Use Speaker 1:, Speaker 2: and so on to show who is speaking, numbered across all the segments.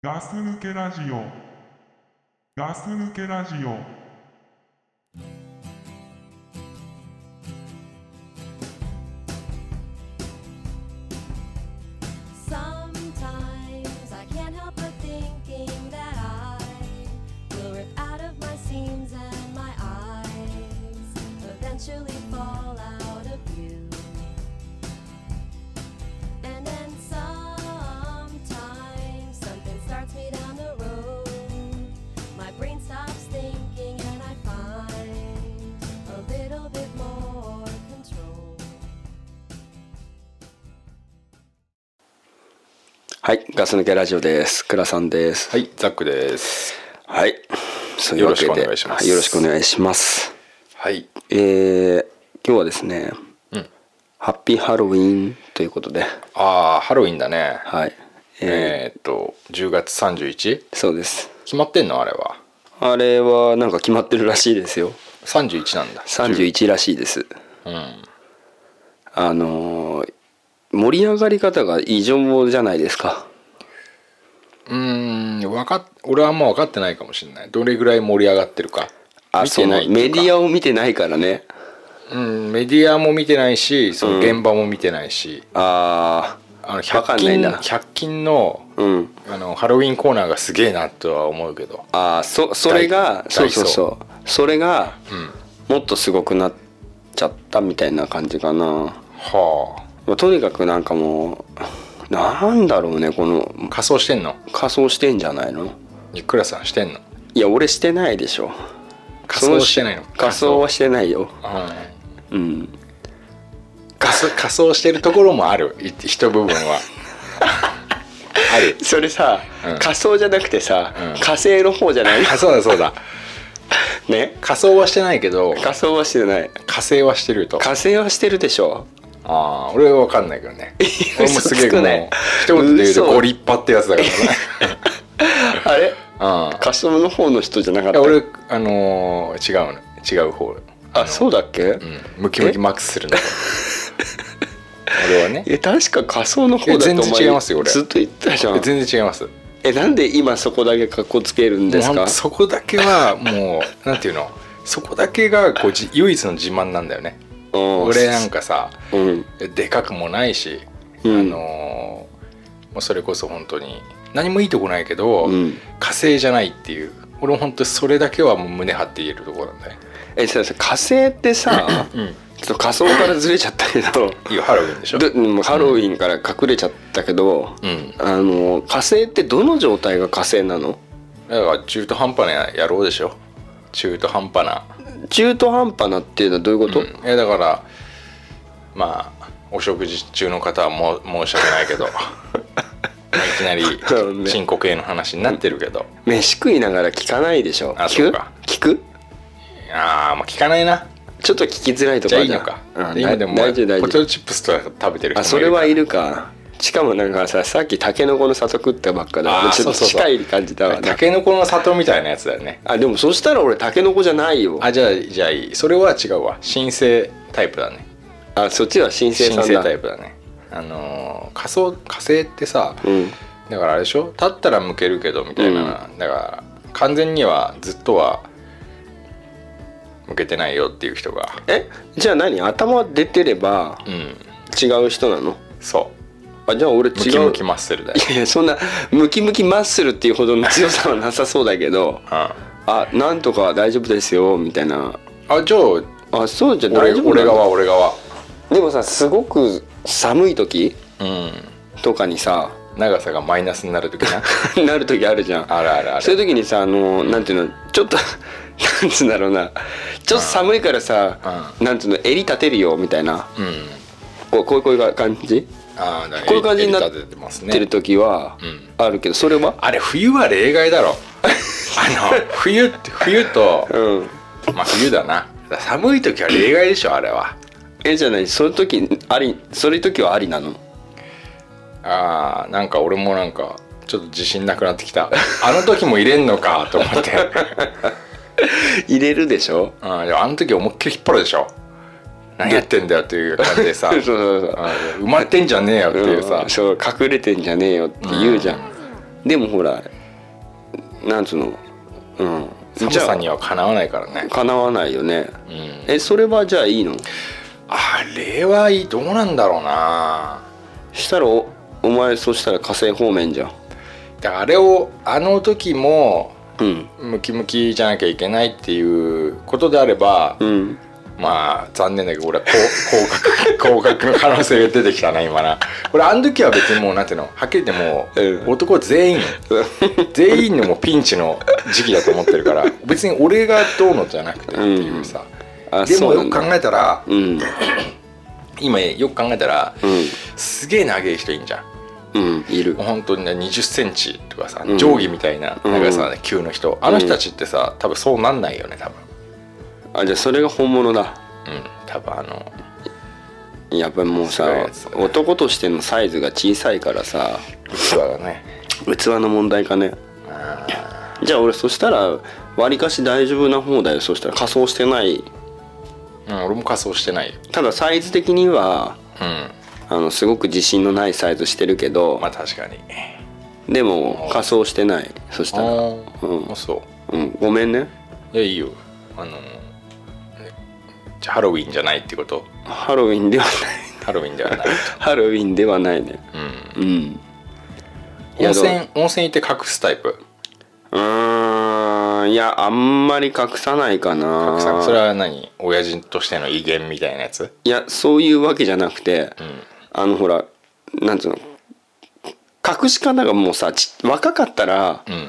Speaker 1: ガス抜けラジオガス抜けラジオ
Speaker 2: Sometimes I can't help but thinking that I will rip out of my seams and my eyes, eventually fall out of view. And then sometimes something starts me down the road. My brain stops thinking and I find a little bit more control.
Speaker 3: はい、ガス抜けラジオです。倉さんです。
Speaker 4: はい、ザックです。
Speaker 3: はい。そういうわけで
Speaker 4: よろしくお願いします
Speaker 3: はよろしくお願いします。
Speaker 4: はい。
Speaker 3: えー、今日はですね、
Speaker 4: うん
Speaker 3: ハッピーハロウィンということで、
Speaker 4: ああ、ハロウィンだね。
Speaker 3: はい。え
Speaker 4: えーっと、10月 31?
Speaker 3: ーそうです。
Speaker 4: 決まってんのあれは。
Speaker 3: あれはなんか決まってるらしいですよ。
Speaker 4: 31なんだ。
Speaker 3: 31らしいです。
Speaker 4: うん。
Speaker 3: あのー盛り上がり方が異常じゃないですか。
Speaker 4: うーん、わかっ、俺はあんま分かってないかもしれない。どれぐらい盛り上がってるか。
Speaker 3: あ、
Speaker 4: 見てない
Speaker 3: そのメディアを見てないからね。
Speaker 4: ア。うん、メディアも見てないし、その現場も見てないし、
Speaker 3: あ
Speaker 4: あの、
Speaker 3: わか
Speaker 4: 100
Speaker 3: んないな
Speaker 4: 均、100均の、
Speaker 3: ー、うん。
Speaker 4: あの、ハロウィンコーナーがすげえなとは思うけど。
Speaker 3: ああそそれが
Speaker 4: ダイ
Speaker 3: そうそうそうそれが
Speaker 4: うん。
Speaker 3: もっとすごくなっちゃったみたいな感じかな
Speaker 4: は
Speaker 3: まあとにかくなんかもうなんだろうねこの
Speaker 4: あ。仮装してんの
Speaker 3: 仮装してんじゃないの
Speaker 4: いくらさんしてんの
Speaker 3: いや俺してないでしょ
Speaker 4: 仮装してないの
Speaker 3: そ仮装はしてないよ
Speaker 4: うん。
Speaker 3: うん
Speaker 4: 仮装仮装してるところもあるい一部分 はある
Speaker 3: それさ、
Speaker 4: うん
Speaker 3: 仮装じゃなくてさ、
Speaker 4: うん
Speaker 3: 火星の方じゃ ない
Speaker 4: あそうだそうだ
Speaker 3: ね
Speaker 4: 仮装はしてないけど
Speaker 3: 仮装はしてない
Speaker 4: 火星はしてると
Speaker 3: 火星はしてるでしょ
Speaker 4: ああ俺は分かんないけどね俺もすげ え
Speaker 3: 嘘つ
Speaker 4: も
Speaker 3: く
Speaker 4: う
Speaker 3: ね
Speaker 4: 一言で言うと
Speaker 3: 嘘
Speaker 4: ご立派ってやつ だか
Speaker 3: あ れ
Speaker 4: らね
Speaker 3: 仮装の方の人じゃなかっ
Speaker 4: うん
Speaker 3: た
Speaker 4: 俺あのー違うの違う方
Speaker 3: あそうだっけ、
Speaker 4: うんムキムキマックスするの 俺はね
Speaker 3: え確か仮想の方だと
Speaker 4: え全然違いますよ
Speaker 3: お前
Speaker 4: 俺
Speaker 3: ずっと言ってたじゃん
Speaker 4: 全然違います
Speaker 3: えなんで今そこだけ格好つけるんです
Speaker 4: もうほん
Speaker 3: か
Speaker 4: とそこだけはもうなんていうのそこだけがこうじ唯一の自慢なんだよね
Speaker 3: うん
Speaker 4: 俺なんかさ
Speaker 3: うん
Speaker 4: でかくもないし、
Speaker 3: うん
Speaker 4: あのーもうそれこそ本当に何もいいとこないけど、
Speaker 3: うん
Speaker 4: 火星じゃないっていう俺も本当それだけはもう胸張って言えるところなんだね
Speaker 3: えささ火星ってさちょっと仮想からずれちゃったけど
Speaker 4: いやハロウィンでしょ
Speaker 3: どうんハロウィンから隠れちゃったけど、
Speaker 4: うん
Speaker 3: あの火星ってどの状態が火星なの
Speaker 4: だから中途半端な野郎でしょ中途半端な、
Speaker 3: 中途半端なっていうのはどういうこと、
Speaker 4: うんいやだからまあお食事中の方はもう申し訳ない けどまあいき
Speaker 3: そう
Speaker 4: な
Speaker 3: ね
Speaker 4: り深刻への話になってるけど、
Speaker 3: 飯食いながら聞かないでしょ
Speaker 4: あ
Speaker 3: 聞
Speaker 4: そ
Speaker 3: く
Speaker 4: うか
Speaker 3: 聞く
Speaker 4: ああまあ聞かないな
Speaker 3: ちょっと聞きづらいと
Speaker 4: じ
Speaker 3: か
Speaker 4: ゃあいいのか。
Speaker 3: うん、
Speaker 4: で今でも
Speaker 3: 大丈夫大丈
Speaker 4: ポ
Speaker 3: 夫
Speaker 4: テトチップスとか食べてる人もいるから
Speaker 3: あそれはいるかしかもなんかささっきタケノコの里食ったばっかだ
Speaker 4: あ
Speaker 3: から
Speaker 4: ー
Speaker 3: ちょっと
Speaker 4: そうそうそう
Speaker 3: 近い感じだわ
Speaker 4: タ
Speaker 3: な
Speaker 4: ケノコの里みたいなやつだよね。
Speaker 3: あでもそしたら俺タケノコじゃないよあ
Speaker 4: あじゃあじゃあいい。それは違うわ。新生タイプだね。
Speaker 3: そっちは新生
Speaker 4: 新
Speaker 3: さん
Speaker 4: 生
Speaker 3: だ
Speaker 4: タイプだね。あのー仮想火星ってさ、
Speaker 3: うん
Speaker 4: だからあれでしょ。立ったら向けるけどみたいな。だから完全にはずっとは向けてないよっていう人が。
Speaker 3: えじゃあ何頭出てれば
Speaker 4: うん。
Speaker 3: 違う人なの
Speaker 4: そう。
Speaker 3: あじゃあ俺違う
Speaker 4: ムキムキマッスルだ よ。
Speaker 3: いやいやそんなムキムキマッスルっていうほどの強さはなさそうだけど
Speaker 4: うん。あ
Speaker 3: あなんとか大丈夫ですよみたいな
Speaker 4: じゃあ
Speaker 3: あそうじゃ大
Speaker 4: 俺
Speaker 3: 丈夫
Speaker 4: 俺
Speaker 3: なの
Speaker 4: 側俺側。
Speaker 3: でもさすごく寒い時
Speaker 4: うん。
Speaker 3: とかにさ
Speaker 4: 長さがマイナスになるときな。
Speaker 3: なる時あるじゃん
Speaker 4: あるあるあ
Speaker 3: そう
Speaker 4: る。
Speaker 3: いう時にさあのなんていうのちょっと なんつうんだろうなちょっと寒いからさ、なんつうの襟立てるよみたいな
Speaker 4: うん。
Speaker 3: こうこういうこういう感じ、
Speaker 4: ああ、だから
Speaker 3: こういう感じになっ
Speaker 4: 襟立ててます
Speaker 3: てる
Speaker 4: ね。
Speaker 3: 時は
Speaker 4: うん
Speaker 3: あるけどそれは
Speaker 4: あれ冬は例 外だろ。あの冬って冬と
Speaker 3: うん
Speaker 4: まあ冬だな。寒い時は例外でしょあれは。
Speaker 3: えじゃないそういう時ありそういう時はありなの
Speaker 4: ああなんか俺もなんかちょっと自信なくなってきた。あの時も入れん のかと思って。
Speaker 3: 入れるでしょ
Speaker 4: うんでもあの時思いっきり引っ張るでしょ。何やってんだよっていう感じで さ。
Speaker 3: そうそうそう
Speaker 4: うん生まれてんじゃねえよっていう
Speaker 3: う
Speaker 4: さ
Speaker 3: ん。そう隠れてんじゃねえよって言うじゃん、でもほらなんつうのうん
Speaker 4: 寒
Speaker 3: じゃ
Speaker 4: さ
Speaker 3: あ
Speaker 4: にはかなわないからね
Speaker 3: かなわないよね
Speaker 4: うん
Speaker 3: えそれはじゃあいいの
Speaker 4: あれはいいどうなんだろうな
Speaker 3: したらおお前そしたら火星方面じゃん
Speaker 4: だからあれをあの時も
Speaker 3: うん
Speaker 4: ムキムキじゃなきゃいけないっていうことであれば、
Speaker 3: うん
Speaker 4: まあ残念だけど俺はこう降格降 格の可能性が出てきたな今な俺あの時は別にもうなんていうのはっきり言ってもう、
Speaker 3: うん
Speaker 4: 男全員全員のもうピンチの時期だと思ってるから別に俺がどうのじゃなくてっていうさ、
Speaker 3: あ
Speaker 4: で
Speaker 3: そ
Speaker 4: も
Speaker 3: うな
Speaker 4: よ
Speaker 3: ん
Speaker 4: く
Speaker 3: だ
Speaker 4: 考えたら
Speaker 3: うん
Speaker 4: 今よく考えたら、
Speaker 3: うん
Speaker 4: すげえ長い人いんじゃん
Speaker 3: うんいる
Speaker 4: 本当にね2 0センチとかさ
Speaker 3: うん
Speaker 4: 定規みたいな長さで急の人あの人たちってさ多分そうなんないよね多分
Speaker 3: あじゃあそれが本物だ
Speaker 4: うん多分あの
Speaker 3: やっぱりもう
Speaker 4: そういう
Speaker 3: さ
Speaker 4: やつ
Speaker 3: 男としてのサイズが小さいからさ
Speaker 4: 器がね
Speaker 3: 器の問題かね
Speaker 4: あ
Speaker 3: じゃあ俺そしたらわりかし大丈夫な方だよそしたら仮装してない
Speaker 4: ーうん俺も仮装してないよ
Speaker 3: ただサイズ的には
Speaker 4: うん
Speaker 3: あのすごく自信のないサイズしてるけど、
Speaker 4: まあ確かに
Speaker 3: でも仮装してないそし
Speaker 4: あ
Speaker 3: たら、
Speaker 4: ーあそ
Speaker 3: うん、ごめんね
Speaker 4: ういやいいよあのえじゃあハロウィンじゃないってこと
Speaker 3: ハロウィンではない
Speaker 4: ハロウィンではない
Speaker 3: ハロウィンではないね
Speaker 4: うん
Speaker 3: うん いや
Speaker 4: 温泉
Speaker 3: ど
Speaker 4: 温泉行って隠すタイプ
Speaker 3: うーんいやあんまり隠さないかな
Speaker 4: 隠さそれは何親父としての威厳みたいなやつ
Speaker 3: いやそういうわけじゃなくて、あのほらなんつうの隠し方がもうさち若かったら
Speaker 4: うん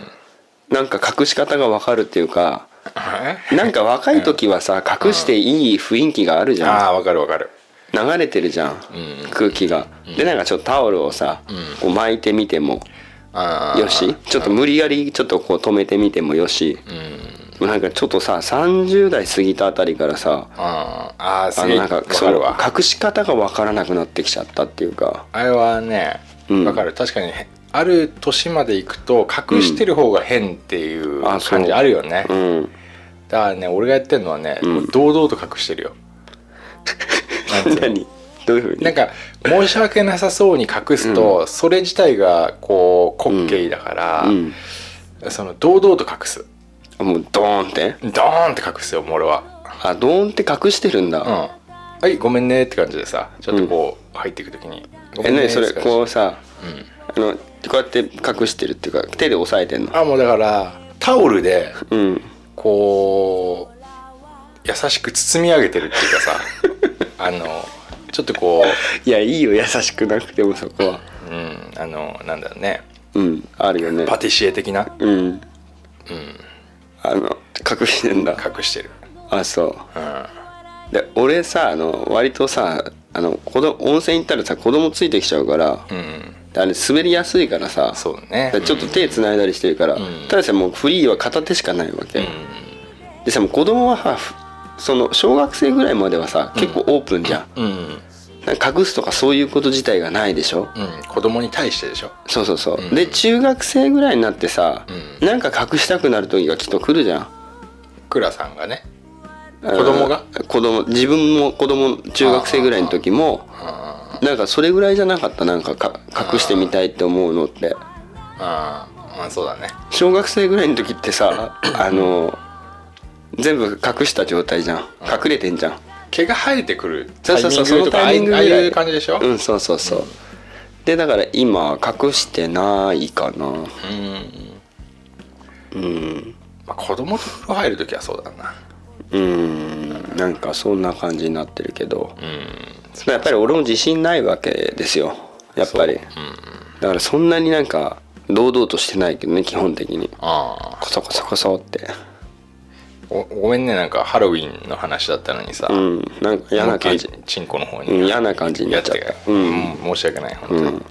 Speaker 3: なんか隠し方がわかるっていうか
Speaker 4: あ
Speaker 3: なんか若い時はさ隠していい雰囲気があるじゃん
Speaker 4: あわかるわかる
Speaker 3: 流れてるじゃん、
Speaker 4: うん
Speaker 3: 空気が、でなんかちょっとタオルをさ、こう巻いてみても
Speaker 4: ああ
Speaker 3: よしちょっと無理やりちょっとこう止めてみてもよし
Speaker 4: うん
Speaker 3: なんかちょっとさ30代過ぎたあたりからさ
Speaker 4: あーあーす
Speaker 3: あ
Speaker 4: げ
Speaker 3: の
Speaker 4: え
Speaker 3: な
Speaker 4: わ
Speaker 3: んか
Speaker 4: かるわ
Speaker 3: その隠し方がわからなくなってきちゃったっていうか
Speaker 4: あれはね
Speaker 3: うん
Speaker 4: わかる、確かにある年まで行くと隠してる方が変っていう
Speaker 3: あそう
Speaker 4: 感じあるよね、
Speaker 3: うん
Speaker 4: だからね俺がやってるのはね、もう堂々と隠してるよなんていう の
Speaker 3: 何どういうふうに
Speaker 4: なんか申し訳なさそうに隠すと、それ自体がこう滑稽だから、
Speaker 3: うん
Speaker 4: その堂々と隠す
Speaker 3: あもうドーンって
Speaker 4: ドーンって隠すよもう俺は
Speaker 3: あドーンって隠してるん
Speaker 4: うん
Speaker 3: だ、
Speaker 4: はいごめんねって感じでさちょっとこう入っていく時に、ごめ
Speaker 3: え
Speaker 4: んね
Speaker 3: 何それ
Speaker 4: って感じ
Speaker 3: こうさ、あのこうやって隠してるっていうか手で押さえてんの
Speaker 4: あもうだからタオルで
Speaker 3: うん
Speaker 4: こう優しく包み上げてるっていう かさあのちょっとこ
Speaker 3: いやいいよ優しくなくてもそこは
Speaker 4: う、うん、あのなんだろうね
Speaker 3: うんあるよね
Speaker 4: パティシエ的な
Speaker 3: うんうんあの隠してんだ
Speaker 4: 隠してる、
Speaker 3: あそう
Speaker 4: うん、
Speaker 3: で俺さあの割とさあの子供温泉行ったらさ子供ついてきちゃうから、
Speaker 4: うん、
Speaker 3: であれ滑りやすいからさ
Speaker 4: そうだね
Speaker 3: でちょっと手つないだりしてるから、
Speaker 4: ん
Speaker 3: たださもうフリーは片手しかないわけ、でさもう子供はさふその小学生ぐらいまではさ結構オープンじゃん,、
Speaker 4: うん、うん
Speaker 3: なんか隠すとかそういうこと自体がないでしょ
Speaker 4: うん、子供に対してでしょ
Speaker 3: そうそうそう、で中学生ぐらいになってさ、
Speaker 4: う
Speaker 3: なんか隠したくなる時がきっと来るじゃん
Speaker 4: クラさんがね子供が
Speaker 3: うん子供自分も子供中学生ぐらいの時も
Speaker 4: あ
Speaker 3: なんかそれぐらいじゃなかったなんかか隠してみたいって思うのって
Speaker 4: ーあーまあそうだね
Speaker 3: 小学生ぐらいの時って さあの全部隠した状態じゃん隠れてんじゃん
Speaker 4: 毛が生えてくる
Speaker 3: そ
Speaker 4: タ
Speaker 3: う
Speaker 4: イ
Speaker 3: そう
Speaker 4: ミ
Speaker 3: そう
Speaker 4: ングとかああい
Speaker 3: そのタイミング
Speaker 4: う
Speaker 3: ぐ
Speaker 4: あ
Speaker 3: ら
Speaker 4: あ
Speaker 3: い
Speaker 4: いう感じでしょ、
Speaker 3: うんそうそうそうでだから今隠してないかな
Speaker 4: まあ、子供と風呂入る時はそうだな
Speaker 3: うんなんかそんな感じになってるけど
Speaker 4: うん
Speaker 3: やっぱり俺も自信ないわけですよやっぱりだからそんなになんか堂々としてないけどね基本的に
Speaker 4: ああ
Speaker 3: コソコソコソって
Speaker 4: ごごめんねなんかハロウィンの話だったのにさ、
Speaker 3: うんなんか嫌な感じ
Speaker 4: 思いっきりチンコの方
Speaker 3: うん
Speaker 4: に
Speaker 3: 嫌な感じになっちゃった
Speaker 4: やてうん、申し訳ない本当に、だか
Speaker 3: ま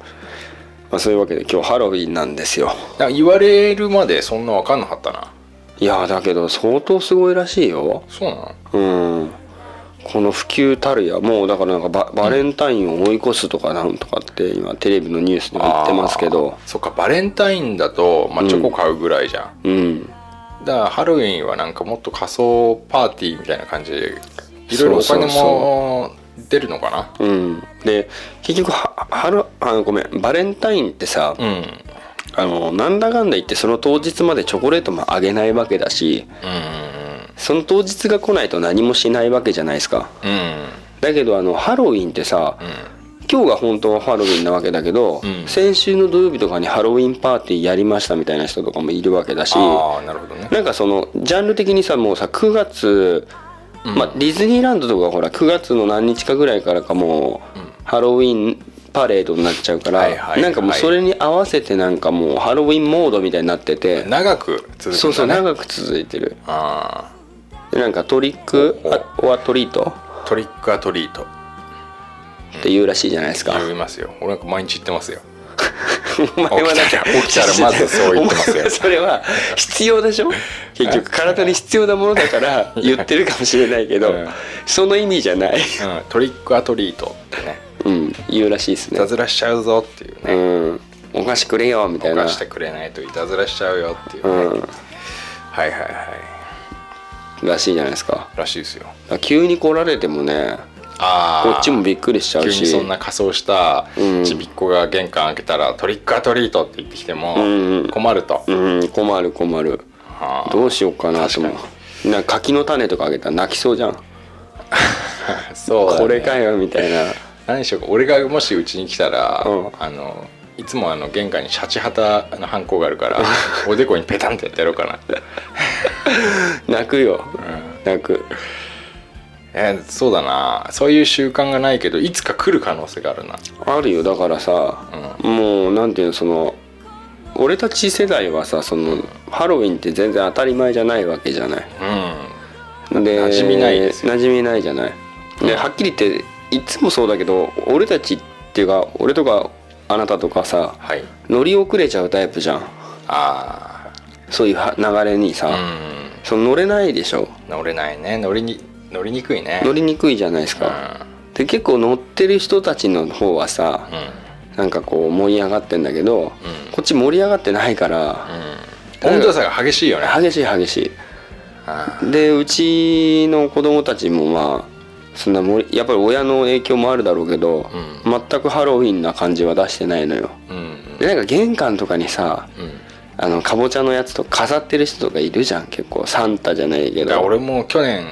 Speaker 3: あ、そういうわけで今日ハロウィンなんですよ
Speaker 4: ら言われるまでそんな分かんなかったない
Speaker 3: やだけど相当すごいらしいよ
Speaker 4: そうなの
Speaker 3: うんこの普及たるやもうだからなんかババレンタインを追い越すとかなんとかって今テレビのニュースでも言ってますけど
Speaker 4: あーそっかバレンタインだと、まあ、チョコ買うぐらいじゃん、
Speaker 3: うん
Speaker 4: だからハロウィンはなんかもっと仮装パーティーみたいな感じでいろいろお金も出るのかな
Speaker 3: うんで結局ははるあごめんバレンタインってさ、
Speaker 4: うん
Speaker 3: あのなんだかんだ言ってその当日までチョコレートもあげないわけだし
Speaker 4: うん
Speaker 3: その当日が来ないと何もしないわけじゃないですか
Speaker 4: うん
Speaker 3: だけどあのハロウィンってさ、今日が本当はハロウィンなわけだけど、
Speaker 4: うん
Speaker 3: 先週の土曜日とかにハロウィンパーティーやりましたみたいな人とかもいるわけだし
Speaker 4: ああなるほどね
Speaker 3: なんかそのジャンル的にさもうさ9月、まあ、ディズニーランドとかほら9月の何日かぐらいからかもう、ハロウィンパレードになっちゃうから、
Speaker 4: はいはいはい
Speaker 3: なんかもうそれに合わせてなんかもうハロウィンモードみたいになってて、
Speaker 4: 長く続くんだ、ね、
Speaker 3: そうそう長く続いてる
Speaker 4: あ
Speaker 3: でなんかトリック
Speaker 4: お
Speaker 3: あオアトリート
Speaker 4: ートリックアトリート
Speaker 3: って言うらしいじゃないですか、
Speaker 4: 言いますよ俺なんか毎日言ってますよ
Speaker 3: お前はなんか
Speaker 4: 起きたら起きたらまずそう言ってます
Speaker 3: お
Speaker 4: よ
Speaker 3: 前はそれは必要でしょ結局体に必要なものだから言ってるかもしれないけど、
Speaker 4: うん
Speaker 3: その意味じゃない、
Speaker 4: うん、トリックアトリートってね
Speaker 3: うん、言うらしいです
Speaker 4: い
Speaker 3: ね
Speaker 4: たずらしちゃうぞってい
Speaker 3: う
Speaker 4: うね、
Speaker 3: ん、お菓子くれよみたい
Speaker 4: お
Speaker 3: な
Speaker 4: 菓してくれないといたずらしちゃうよっていうね、
Speaker 3: う
Speaker 4: はい
Speaker 3: ん、
Speaker 4: はいはい
Speaker 3: らしいじゃないですから
Speaker 4: しいですよ
Speaker 3: 急に来られてもね
Speaker 4: あ
Speaker 3: こ
Speaker 4: あ
Speaker 3: っちもびっくりしちゃう
Speaker 4: 急
Speaker 3: し
Speaker 4: にそんな仮装した
Speaker 3: うん
Speaker 4: ちびっこが玄関開けたら、トリックアトリートって言ってきても
Speaker 3: んうん
Speaker 4: 困ると、
Speaker 3: うん困る困る
Speaker 4: はあ
Speaker 3: どうしようかなと思
Speaker 4: 確
Speaker 3: うなんか柿の種とかあげたら泣きそうじゃん、
Speaker 4: そうだね
Speaker 3: これかよみたい な
Speaker 4: 何でしょう俺がもしうちに来たら、
Speaker 3: うん
Speaker 4: あのいつもあの玄関にシャチハタのハンコがある からおでこにペタンってやってやろうかな、
Speaker 3: 泣くよ
Speaker 4: うん
Speaker 3: 泣く
Speaker 4: えーそうだなそういう習慣がないけどいつか来る可能性があるな
Speaker 3: あるよだからさ、もうなんていうのその俺たち世代はさそのハロウィンって全然当たり前じゃないわけじゃない
Speaker 4: うん
Speaker 3: で
Speaker 4: 馴染みないですよ
Speaker 3: 馴染みないじゃないではっきり言っていつもそうだけど俺たちっていうか俺とかあなたとかさ
Speaker 4: はい
Speaker 3: 乗り遅れちゃうタイプじゃん
Speaker 4: あ
Speaker 3: そういうは流れにさ、
Speaker 4: あう
Speaker 3: その乗れないでしょ
Speaker 4: ん乗れないね乗りに乗りにくいね
Speaker 3: 乗りにくいじゃないです
Speaker 4: うんう
Speaker 3: か、で結構乗ってる人たちの方はさ、
Speaker 4: ん
Speaker 3: なんかこう盛り上がってんだけど、
Speaker 4: うん
Speaker 3: こっち盛り上がってないから、
Speaker 4: うん温度差が激しいよね
Speaker 3: 激しい激し
Speaker 4: あ
Speaker 3: いでうちの子供たちもまあそんな盛りやっぱり親の影響もあるだろうけど、
Speaker 4: う
Speaker 3: 全くハロウィンな感じは出してないのよ
Speaker 4: ーうん
Speaker 3: でなんか玄関とかにさ
Speaker 4: うん
Speaker 3: あのかぼちゃのやつと飾ってる人とかいるじゃん結構サンタじゃないけ
Speaker 4: だから
Speaker 3: ど
Speaker 4: 俺も去年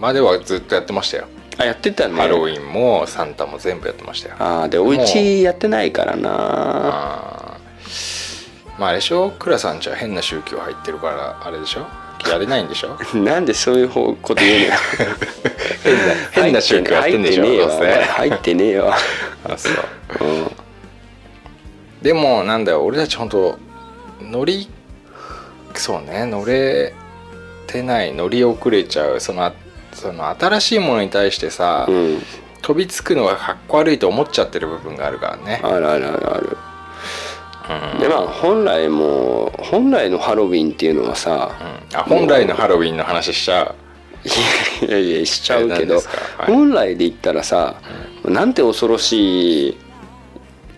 Speaker 4: まではずっとやってましたよ
Speaker 3: あやってたね
Speaker 4: ハロウ
Speaker 3: ン
Speaker 4: ィンもサンタも全部やってましたよ
Speaker 3: ああでおうちやってないからな
Speaker 4: あーまああれでしょ倉さんちは変な宗教入ってるからあれでしょやれないんでしょ
Speaker 3: なんでそういう方こと言うのよ
Speaker 4: 変な宗教やってんでしょ
Speaker 3: 入ってねえ
Speaker 4: どう
Speaker 3: わ
Speaker 4: せ
Speaker 3: 入ってねえわ
Speaker 4: あそう
Speaker 3: うん
Speaker 4: でもなんだよ俺たち本当乗りそうね乗れてない乗り遅れちゃうそのその新しいものに対してさ、
Speaker 3: うん、
Speaker 4: 飛びつくのがかっこ悪いと思っちゃってる部分があるからね
Speaker 3: あるあるあるある、でまあ本来も本来のハロウィンっていうのは
Speaker 4: う
Speaker 3: さ、
Speaker 4: んあ本来のハロウィンの話しちゃう
Speaker 3: いやいやしちゃうけ
Speaker 4: え何
Speaker 3: ど、
Speaker 4: ですかはい
Speaker 3: 本来で言ったらさ、なんて恐ろしい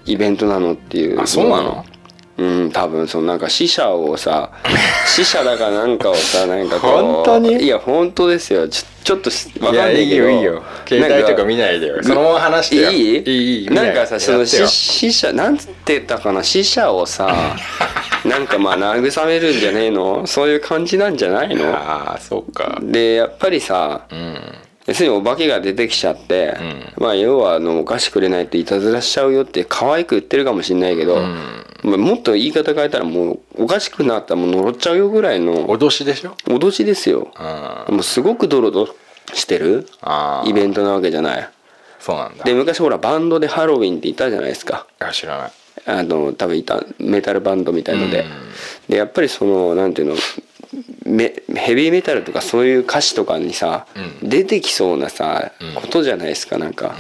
Speaker 3: イベントなのっていう
Speaker 4: あそうなの
Speaker 3: うん多分そのなんか死者を さ死者だかなんかをさなんかこう
Speaker 4: 本当に
Speaker 3: いや本当ですよちょちょっとしわかん
Speaker 4: い
Speaker 3: な
Speaker 4: や
Speaker 3: い
Speaker 4: いい
Speaker 3: けど
Speaker 4: よいいよ携帯とか見ないでよそのまま話してよ
Speaker 3: いい
Speaker 4: いいいい見
Speaker 3: なんか
Speaker 4: や
Speaker 3: さ
Speaker 4: って
Speaker 3: その
Speaker 4: よ
Speaker 3: 死死者なんつってたかな死者を さなんかまあ慰めるんじゃねえのそういう感じなんじゃないの
Speaker 4: ああそうか
Speaker 3: でやっぱりさ
Speaker 4: うん
Speaker 3: 要するにお化けが出てきちゃって、
Speaker 4: う
Speaker 3: まあ要はあのお菓子くれないっていたずらしちゃうよって可愛く言ってるかもしれないけど、
Speaker 4: うん
Speaker 3: まあもっと言い方変えたらもうおかしくなったらもう呪っちゃうよぐらいの
Speaker 4: 脅しでしょ
Speaker 3: 脅しですよ
Speaker 4: うんあ
Speaker 3: もうすごくドロドロしてる
Speaker 4: あ
Speaker 3: イベントなわけじゃない
Speaker 4: そうなんだ
Speaker 3: で昔ほらバンドでハロウィンって言ったじゃないですか
Speaker 4: あ知らない
Speaker 3: あの多分いたメタルバンドみたいので,、
Speaker 4: うん
Speaker 3: でやっぱりそのなんていうのメヘビーメタルとかそういう歌詞とかにさ、
Speaker 4: う
Speaker 3: 出てきそうなさ、ことじゃないですかなんか、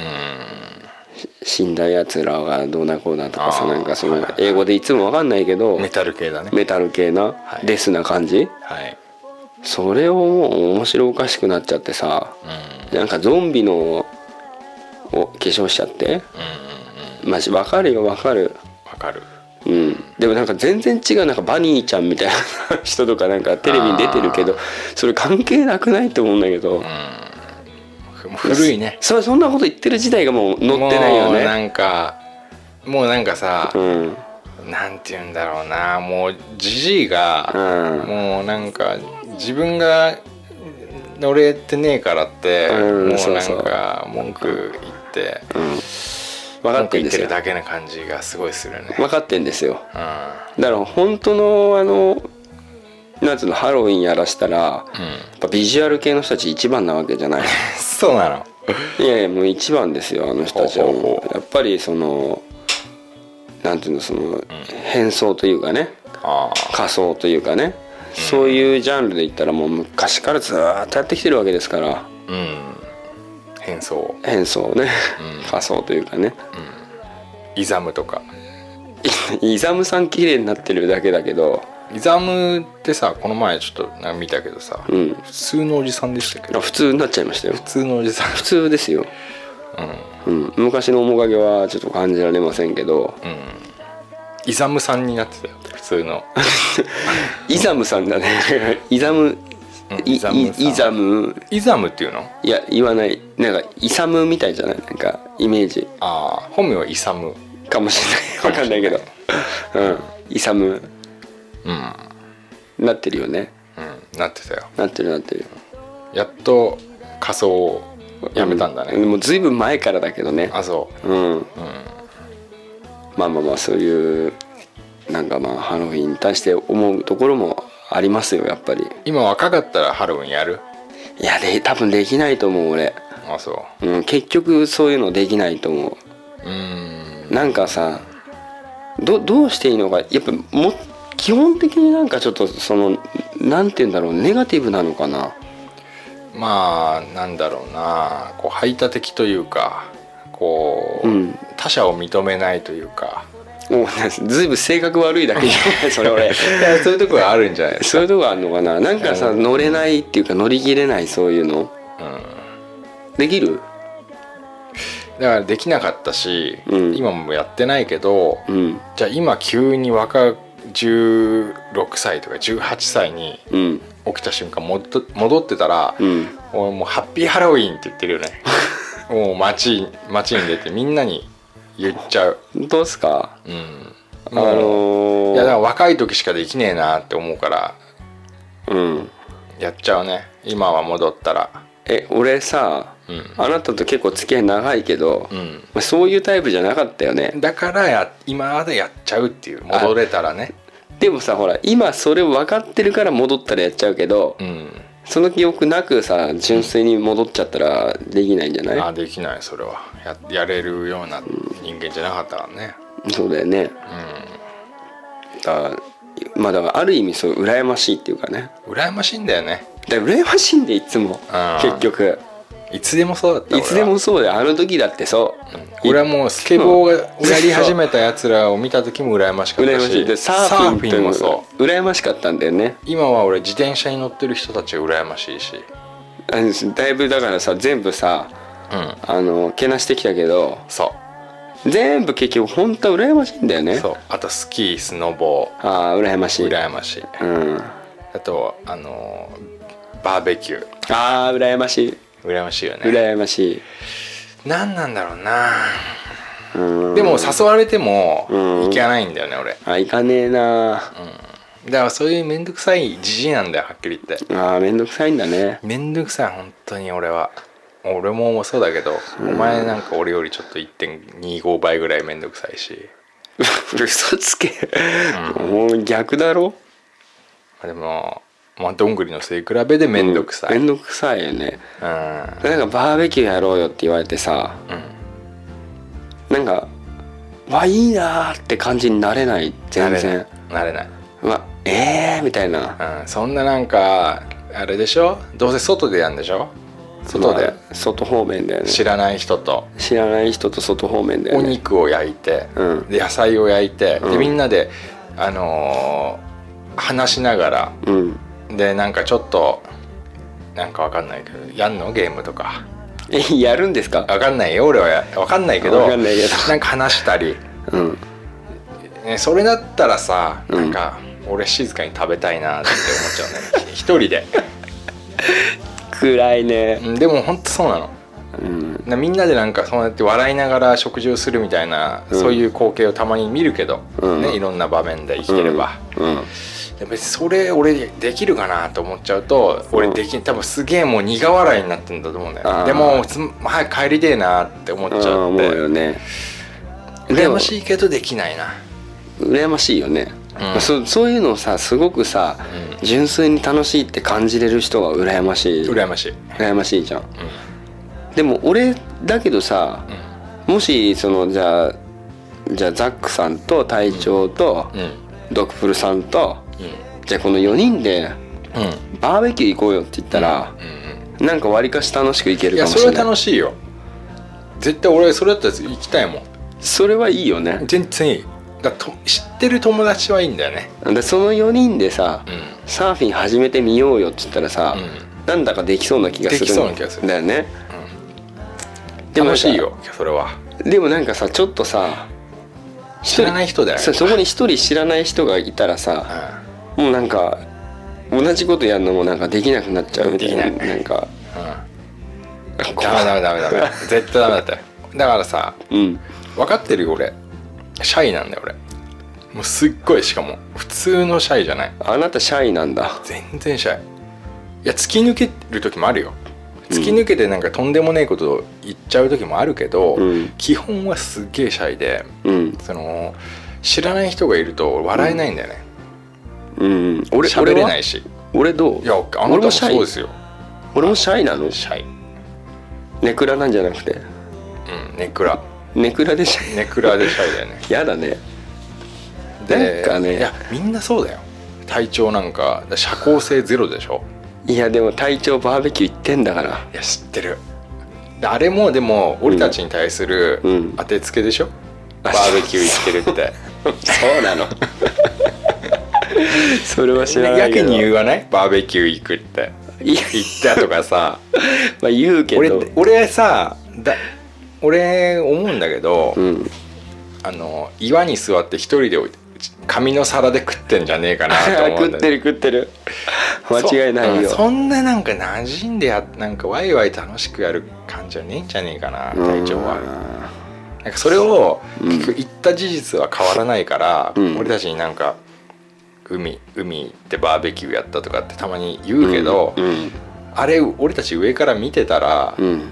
Speaker 3: 死んだやつらがどうなこうなとか
Speaker 4: あ
Speaker 3: さ
Speaker 4: ー
Speaker 3: なんかその英語でいつもわかんないけど
Speaker 4: メタル系だね
Speaker 3: メタル系な、
Speaker 4: い
Speaker 3: デスな感じ
Speaker 4: はい
Speaker 3: それをもう面白おかしくなっちゃってさ
Speaker 4: うん
Speaker 3: なんかゾンビのを化粧しちゃってマジわかるよわかる。
Speaker 4: わかる
Speaker 3: うん、でもなんか全然違うなんかバニーちゃんみたいな人とかなんかテレビに出てるけどそれ関係なくないと思うんだけど、
Speaker 4: ふ古いね
Speaker 3: そそんなこと言ってる時代がもう載ってないよ
Speaker 4: もうな
Speaker 3: ね
Speaker 4: んかもうなんかさ
Speaker 3: うん
Speaker 4: なんて言うんだろうなもうじじいが、
Speaker 3: うん
Speaker 4: もうなんか自分が乗れてねえからって、
Speaker 3: うん
Speaker 4: もう
Speaker 3: そう
Speaker 4: な
Speaker 3: そうん
Speaker 4: か文句言って、
Speaker 3: 分か
Speaker 4: 文
Speaker 3: って
Speaker 4: 句
Speaker 3: ん
Speaker 4: 言
Speaker 3: で
Speaker 4: って
Speaker 3: すよ
Speaker 4: るだけな感じがすごいするね、
Speaker 3: 分かってんですよ
Speaker 4: う
Speaker 3: だから本当のあのなんつうのハロウィンやらしたらや
Speaker 4: んうん、
Speaker 3: っぱビジュアル系の人たち一番なわけじゃない
Speaker 4: そうなの
Speaker 3: いやいやもう一番ですよあの人たちは
Speaker 4: ほうほうほ
Speaker 3: やっぱりそのなんていうのその変装というかね
Speaker 4: あ
Speaker 3: 仮装というかねそういうジャンルで言ったらもう昔からずーっとやってきてるわけですから
Speaker 4: ーうん変装
Speaker 3: 変装ね、
Speaker 4: うん
Speaker 3: 仮装というかね
Speaker 4: イザムとか
Speaker 3: イザムさん綺麗になってるだけだけど
Speaker 4: イザムってさこの前ちょっとなんか見たけどさ、
Speaker 3: うん
Speaker 4: 普通のおじさんでしたけど
Speaker 3: 普通になっちゃいましたよ
Speaker 4: 普通のおじさん
Speaker 3: 普通ですよ、うん昔の面影はちょっと感じられませんけど、
Speaker 4: イザムさんになってたよ普通の
Speaker 3: イザムさんだね イザム、
Speaker 4: うん
Speaker 3: いい
Speaker 4: イザムさん
Speaker 3: イザム
Speaker 4: イザムっていうの
Speaker 3: いや言わないなんかイサムみたいじゃないなんかイメージ
Speaker 4: ああ本名はイサム
Speaker 3: かもしれない わかんないけどうんイサム
Speaker 4: うん、
Speaker 3: なってるよね
Speaker 4: うん、なってたよ
Speaker 3: なってるなってる
Speaker 4: やっと仮装をやめたんだね、
Speaker 3: うもうずいぶん前からだけどね
Speaker 4: あそう
Speaker 3: うん、まあまあまあそういうなんかまあハロウィンに対して思うところもありますよやっぱり
Speaker 4: 今若かったらハロウィンやる
Speaker 3: いやで多分できないと思う俺、
Speaker 4: あそ
Speaker 3: うん、結局そういうのできないと思
Speaker 4: ううーん
Speaker 3: うなんかさどどうしていいのかやっぱも基本的になんかちょっとそのなんて言うんだろうネガティブなのかな
Speaker 4: まあなんだろうなこう排他的というかこう、
Speaker 3: うん
Speaker 4: 他者を認めないというか
Speaker 3: もうずいぶん性格悪いだけじゃない それ俺
Speaker 4: いやそういうところあるんじゃないです
Speaker 3: そういうとこあるのかななんかさ乗れないっていうか乗り切れないそういうの
Speaker 4: か、うん、
Speaker 3: できる
Speaker 4: だからできなかったし、
Speaker 3: うん
Speaker 4: 今もやってないけど
Speaker 3: うん
Speaker 4: じゃあ今急に若16歳とか18歳に
Speaker 3: うん
Speaker 4: 起きた瞬間戻っ戻ってたら、
Speaker 3: うん
Speaker 4: 俺もうハッピーハロウィンって言ってるよ ねもう街街に出てみんなに言っちゃう
Speaker 3: どうっすか
Speaker 4: うん
Speaker 3: あのー、
Speaker 4: いやだから若い時しかできねえなって思うから
Speaker 3: うん
Speaker 4: やっちゃうね今は戻ったら
Speaker 3: え俺さ、
Speaker 4: うん
Speaker 3: あなたと結構付き合い長いけど、
Speaker 4: うん
Speaker 3: まあそういうタイプじゃなかったよね
Speaker 4: だからや今までやっちゃうっていう戻れたらね
Speaker 3: でもさほら今それ分かってるから戻ったらやっちゃうけど、
Speaker 4: うん
Speaker 3: その記憶なくさ純粋に戻っちゃったらできないんじゃない、
Speaker 4: あできないそれはややれるような人間じゃなかったからね
Speaker 3: そうだよねだからまあだからある意味そう羨ましいっていうかね
Speaker 4: うん羨ましいんだよね
Speaker 3: だから羨ましいんでいつも
Speaker 4: あー
Speaker 3: 結局
Speaker 4: いつでもそうだった
Speaker 3: い
Speaker 4: 俺は
Speaker 3: つでもそうだよあの時だってそう、
Speaker 4: 俺はもうスケボーがやり始めたやつらを見た時も羨ましかっ
Speaker 3: 羨ま
Speaker 4: た
Speaker 3: しい
Speaker 4: し
Speaker 3: でサーフィンっていうの
Speaker 4: も
Speaker 3: も
Speaker 4: そ
Speaker 3: そうう羨ましかったんだよね
Speaker 4: 今は俺自転車に乗ってる人たちが羨ましいし
Speaker 3: あのだいぶだからさ全部さ
Speaker 4: うん
Speaker 3: あのけなしてきたけど
Speaker 4: そ
Speaker 3: 全部結局本当は羨ましいんだよ
Speaker 4: う
Speaker 3: ね
Speaker 4: そうあとスキースノボ
Speaker 3: ああ羨まし
Speaker 4: ー
Speaker 3: い
Speaker 4: 羨ましい
Speaker 3: うん
Speaker 4: あとあのーバーベキュー
Speaker 3: ああ羨ましい
Speaker 4: 羨ましいよね
Speaker 3: 羨ましい
Speaker 4: 何なんだろうな
Speaker 3: うん
Speaker 4: でも誘われても
Speaker 3: うん
Speaker 4: 行かないんだよね俺
Speaker 3: あいかねえな
Speaker 4: だからそういうめんどくさいじじいなんだよはっきり言って
Speaker 3: ああめんどくさいんだね
Speaker 4: めんどくさい本当に俺は俺もそうだけどお前なんか俺よりちょっと1.25倍ぐらいめんどくさいし
Speaker 3: 嘘つけもう逆だろ
Speaker 4: まあでもまあどんぐりの背比べでめんどくさい、
Speaker 3: め
Speaker 4: うん
Speaker 3: んどくさいよねなんかバーベキューやろうよって言われてさなんかわいいなーって感じになれない全然
Speaker 4: なれない、
Speaker 3: まえーみたいな
Speaker 4: うん、そんななんかあれでしょどうせ外でやんでしょ外で
Speaker 3: まあ外方面だよね
Speaker 4: 知らない人と
Speaker 3: 知らない人と外方面だ
Speaker 4: お
Speaker 3: よね
Speaker 4: 肉を焼いて、
Speaker 3: うん
Speaker 4: で野菜を焼いて、
Speaker 3: う
Speaker 4: で
Speaker 3: ん
Speaker 4: みんなであのー話しながら
Speaker 3: うん
Speaker 4: でなんかちょっとなんかわかんないけどやんのゲームとか
Speaker 3: えやるんですか
Speaker 4: わかんないよ俺はやわかんないけど
Speaker 3: わかんないけど
Speaker 4: なんか話したり、
Speaker 3: うん
Speaker 4: ね、それだったらさ
Speaker 3: うん
Speaker 4: なんか俺静かに食べたいなって思っちゃうね 一人で
Speaker 3: 暗いね
Speaker 4: うんでもほんとそうなの
Speaker 3: うん
Speaker 4: なみんなでなんかそうやって笑いながら食事をするみたいな、
Speaker 3: うん
Speaker 4: そういう光景をたまに見るけど、
Speaker 3: うん
Speaker 4: ね、いろんな場面で生きてれば、
Speaker 3: うん
Speaker 4: やっぱりそれ俺できるかなと思っちゃうと俺できん多分すげえもう苦笑いになってんだと思うんだよ
Speaker 3: あー
Speaker 4: ねでもつ早く帰りてえなって思っち
Speaker 3: ああ
Speaker 4: ゃっ
Speaker 3: 思うよ
Speaker 4: て
Speaker 3: ねで
Speaker 4: 羨
Speaker 3: も
Speaker 4: ましいけどできないな
Speaker 3: 羨ましいよね、
Speaker 4: うん
Speaker 3: そそういうのをさすごくさ、
Speaker 4: う
Speaker 3: 純粋に楽しいって感じれる人は羨ましい
Speaker 4: 羨ましい、うん
Speaker 3: 羨ましいじゃんでも俺だけどさもしそのじゃあじゃあザックさんと隊長と、
Speaker 4: うん
Speaker 3: ドクプルさんと
Speaker 4: う
Speaker 3: じゃあこの4人で
Speaker 4: んうん
Speaker 3: バーベキュー行こうよって言ったら、なんかわりかし楽しく行け
Speaker 4: うんい
Speaker 3: るか
Speaker 4: や
Speaker 3: も
Speaker 4: そ
Speaker 3: し
Speaker 4: れ
Speaker 3: れない
Speaker 4: は楽しいよ絶対俺それだったら行きたいもん
Speaker 3: それはいいよね
Speaker 4: 全然いいだと知ってる友達はいいんだよね
Speaker 3: でその4人でさ、
Speaker 4: うん
Speaker 3: サーフィン始めてみようよって言ったらさ、
Speaker 4: う
Speaker 3: なんだかできそうな気がする
Speaker 4: できそうな気がする
Speaker 3: だよね、でもなん
Speaker 4: 楽
Speaker 3: か
Speaker 4: しいよそれは
Speaker 3: でもなんかさちょっとさ一
Speaker 4: 知らない人だよ
Speaker 3: そうそこに一人知らない人がいたら
Speaker 4: う
Speaker 3: さ
Speaker 4: ん
Speaker 3: もうなんか同じことやるのもなんかできなくなっちゃうみたいな
Speaker 4: できない
Speaker 3: んか
Speaker 4: ダメダメダメダメ絶対ダメだったよだからさ
Speaker 3: うん
Speaker 4: 分かってるよ俺シャイなんだよ俺もうすっごいしかも普通のシャイじゃない
Speaker 3: あなたシャイなんだ
Speaker 4: 全然シャイいや突き抜ける時もあるよ突き抜けてなんかとんでもねえことを言っちゃう時もあるけど、
Speaker 3: うん
Speaker 4: 基本はすっげえシャイで
Speaker 3: うん
Speaker 4: その知らない人がいると笑えないんだよね
Speaker 3: うん俺
Speaker 4: 喋、れないし
Speaker 3: 俺は俺どう
Speaker 4: いやあなた
Speaker 3: 俺
Speaker 4: も
Speaker 3: もシ
Speaker 4: そうで
Speaker 3: ャイ
Speaker 4: すよ
Speaker 3: 俺もシャイなの
Speaker 4: シャイ
Speaker 3: ネクラなんじゃなくて
Speaker 4: うんネクラ
Speaker 3: ネクラでシャイ
Speaker 4: ネクラでシャイだよね
Speaker 3: やだね
Speaker 4: で
Speaker 3: なんかね
Speaker 4: いやみんなそうだよ体調なんか社交性ゼロでしょ
Speaker 3: いやでも隊長バーベキュー行ってんだから
Speaker 4: いや知ってるであれもでも俺たちに対する
Speaker 3: うん
Speaker 4: 当てつけでしょ、バーベキュー行ってる って
Speaker 3: そうなの それは知らな
Speaker 4: や
Speaker 3: いけ
Speaker 4: け
Speaker 3: ど
Speaker 4: に言わないバーベキュー行くって
Speaker 3: い
Speaker 4: 行
Speaker 3: や
Speaker 4: ったとかさ
Speaker 3: まあ言 うけ
Speaker 4: 俺
Speaker 3: ど
Speaker 4: 俺さだ俺思うんだけど、
Speaker 3: うん
Speaker 4: あの岩に座って一人で紙の皿で食ってんじゃねえかなと思うん
Speaker 3: 食
Speaker 4: だ
Speaker 3: っ
Speaker 4: けど
Speaker 3: てる食ってる間違いないよ
Speaker 4: そ,うん、そんななんか馴染んでやなんかワイワイ楽しくやる感じじゃねえんじゃねえかな体調はなんかそれを結局言った事実は変わらないから、
Speaker 3: うん
Speaker 4: 俺たちになんか海海行ってバーベキューやったとかってたまに言うけど、
Speaker 3: うん
Speaker 4: あれ俺たち上から見てたら、
Speaker 3: うん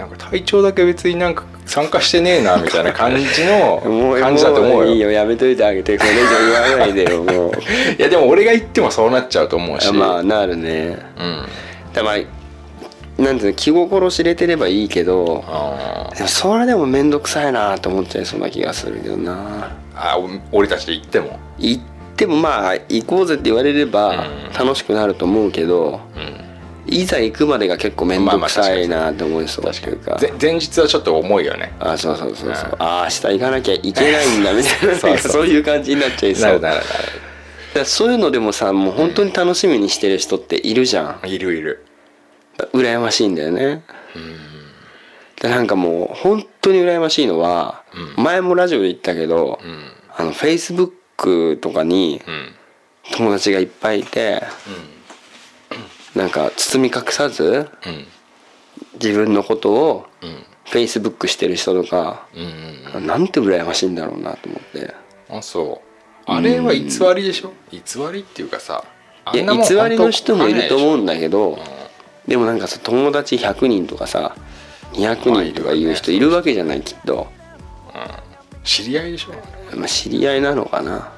Speaker 4: なんか体調だけ別になんか参加してねえなみたいな感じの
Speaker 3: もう
Speaker 4: 感じだと思
Speaker 3: も
Speaker 4: うよ
Speaker 3: いいよやめといてあげてこれ以上言わ ないでよもう
Speaker 4: いやでも俺が言ってもそうなっちゃうと思うし、
Speaker 3: まあなるね
Speaker 4: うん
Speaker 3: たまになんていうの気心知れてればいいけど
Speaker 4: あー
Speaker 3: でもそれでも面倒くさいなと思っちゃいそうな気がするけどな
Speaker 4: あお俺たちで言っても
Speaker 3: 行ってもまあ行こうぜって言われれば
Speaker 4: うん
Speaker 3: 楽しくなると思うけど、いざ行くまでが結構面倒くさいなと思いそう確か
Speaker 4: ぜ前日はちょっと重いよね
Speaker 3: あそうそうそうそう、
Speaker 4: うん
Speaker 3: ああ明日行かなきゃいけないんだみたいな
Speaker 4: そうそう
Speaker 3: なんかそういう感じになっちゃいそうだか
Speaker 4: る
Speaker 3: らそういうのでもさもう本当に楽しみにしてる人っているじゃん
Speaker 4: いるいる
Speaker 3: 羨ましいんだよねでなんかもう本当に羨ましいのは、前もラジオで言ったけど、
Speaker 4: ん
Speaker 3: あのフェイスブックとかに
Speaker 4: うん
Speaker 3: 友達がいっぱいいて、なんか包み隠さず
Speaker 4: うん
Speaker 3: 自分のことを
Speaker 4: ん
Speaker 3: フェイスブックしてる人とか、
Speaker 4: うん
Speaker 3: なんて羨ましいんだろうなと思って。
Speaker 4: あそうあれは偽りでしょ偽りっていうかさあ
Speaker 3: い
Speaker 4: ん
Speaker 3: や
Speaker 4: なもん
Speaker 3: 偽りの人もいると思
Speaker 4: う
Speaker 3: うんだけどでもなんかさ友達100人とかさ200人とかいう人いるわけじゃないきっと、
Speaker 4: 知り合いでしょ
Speaker 3: まあ、知り合いなのかな、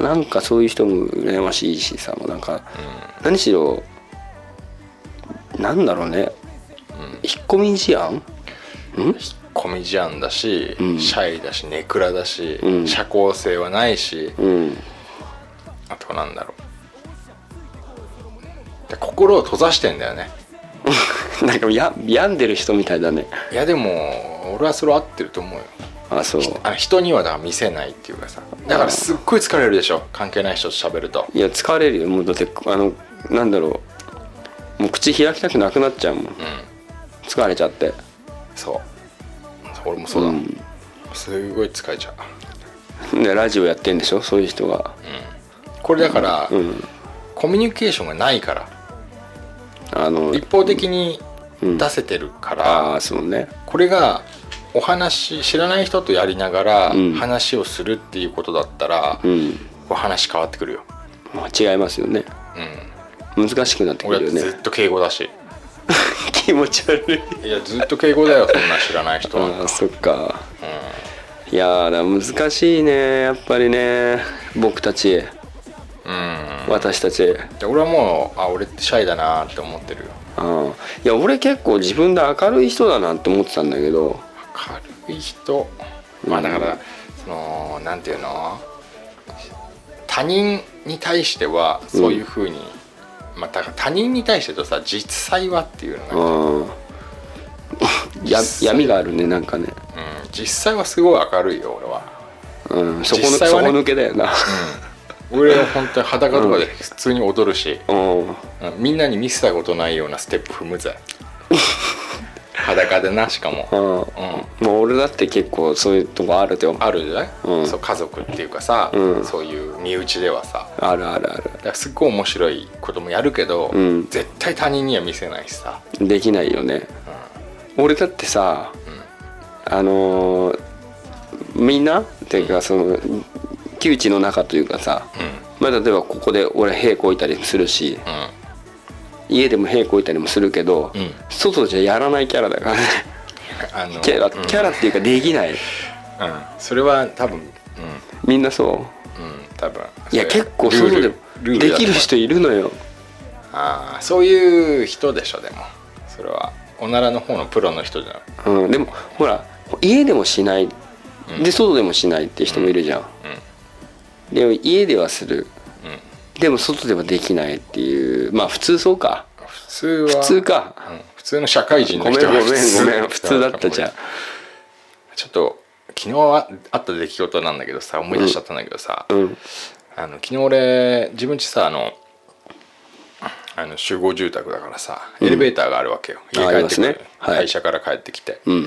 Speaker 3: なんかそういう人も羨ましいしさもうなんか、何しろなんだろうね、引っ込み思案
Speaker 4: コミジアンだし、
Speaker 3: ん
Speaker 4: シャイだしネクラだし、
Speaker 3: うん
Speaker 4: 社交性はないし
Speaker 3: うん
Speaker 4: あとなんだろうで心を閉ざしてんだよね
Speaker 3: なんかや病んでる人みたいだね
Speaker 4: いやでも俺はそれ合ってると思うよ
Speaker 3: あそう
Speaker 4: あ人にはだから見せないっていうかさだからすっごい疲れるでしょ関係ない人と喋ると
Speaker 3: いや疲れるよもうだってあのなんだろうもう口開きたくなくなっちゃうもん、疲れちゃって
Speaker 4: そう俺もそうだ、
Speaker 3: うん
Speaker 4: すごい疲れちゃう
Speaker 3: でラジオやってんでしょそういう人が
Speaker 4: これだから、
Speaker 3: うん
Speaker 4: コミュニケーションがないから
Speaker 3: あの
Speaker 4: 一方的に
Speaker 3: うん
Speaker 4: 出せてるから、
Speaker 3: ああそうね
Speaker 4: これがお話知らない人とやりながら
Speaker 3: うん
Speaker 4: 話をするっていうことだったら、
Speaker 3: うん
Speaker 4: お話変わってくるよ、
Speaker 3: まあ違いますよね
Speaker 4: うん、
Speaker 3: 難しくなってく
Speaker 4: 俺
Speaker 3: る
Speaker 4: は
Speaker 3: よね
Speaker 4: ずっと敬語だし
Speaker 3: 気持ち悪い
Speaker 4: いやずっと敬語だよそんな知らない人は、
Speaker 3: ああそっか、いやーだから難しいねやっぱりね僕たち
Speaker 4: うん
Speaker 3: 私たち
Speaker 4: で俺はもうあ俺ってシャイだなって思ってるよ
Speaker 3: うんいや俺結構自分で明るい人だなって思ってたんだけど
Speaker 4: 明るい人まあだから、そのなんていうの他人に対してはそういうふうに、まあだから他人に対してとさ実際はっていうのが、
Speaker 3: う
Speaker 4: うん
Speaker 3: んや闇があるねなんかね、
Speaker 4: 実際はすごい明るいよ俺は、
Speaker 3: うん、そこの、
Speaker 4: 実際
Speaker 3: そこ
Speaker 4: はね
Speaker 3: 抜けだよ な
Speaker 4: うん、俺 は本当に裸とかで普通に踊るし、
Speaker 3: うん
Speaker 4: うんみんなに見せたことないようなステップ踏む ぜ裸でなしかも、
Speaker 3: うん
Speaker 4: うん、
Speaker 3: もう俺だって結構そういうとこあるよ
Speaker 4: あるじゃない、
Speaker 3: うん
Speaker 4: そう家族っていうかさ、
Speaker 3: うん
Speaker 4: そういう身内ではさ
Speaker 3: あるあるあ
Speaker 4: だからすっごい面白いこともやるけど、
Speaker 3: うん
Speaker 4: 絶対他人には見せないしさ、
Speaker 3: るできないよね俺だってさあのーみんなっていうかその窮地の中というかさ
Speaker 4: うんうん
Speaker 3: まあ例えばここで俺屁こいたりするし家でも屁こいたりもするけど、
Speaker 4: うん
Speaker 3: 外じゃやらないキャラだからね
Speaker 4: あの
Speaker 3: キャラ
Speaker 4: うん
Speaker 3: キャラっていうかできない
Speaker 4: うんそれは多分うん
Speaker 3: みんなそ
Speaker 4: うん多分
Speaker 3: ういや
Speaker 4: それ
Speaker 3: 結構外で
Speaker 4: ル
Speaker 3: も
Speaker 4: ルルール
Speaker 3: で
Speaker 4: だと
Speaker 3: きる人いるのよ
Speaker 4: ああそういう人でしょでもそれはおならの方のプロの人じゃん
Speaker 3: うん、でもほら家でもしないで外でもしないって人もいるじゃん、でも家ではする、でも外ではできないっていうまあ普通そうか
Speaker 4: 普通は
Speaker 3: 普通か
Speaker 4: うん普通の社会人
Speaker 3: ご
Speaker 4: の
Speaker 3: めんご
Speaker 4: 人
Speaker 3: めん
Speaker 4: は
Speaker 3: ごめん普通だっ
Speaker 4: と思う
Speaker 3: たじゃん
Speaker 4: ちょっと昨日はあった出来事なんだけどさ思い出しちゃったんだけどさ、
Speaker 3: うん
Speaker 4: あの昨日俺自分ちさあのあの集合住宅だからさ、エレベーターがあるわけよ
Speaker 3: ああり
Speaker 4: 家帰っ
Speaker 3: ま
Speaker 4: て
Speaker 3: す
Speaker 4: く
Speaker 3: ね
Speaker 4: る、
Speaker 3: はい
Speaker 4: 会社から帰ってきて、
Speaker 3: うん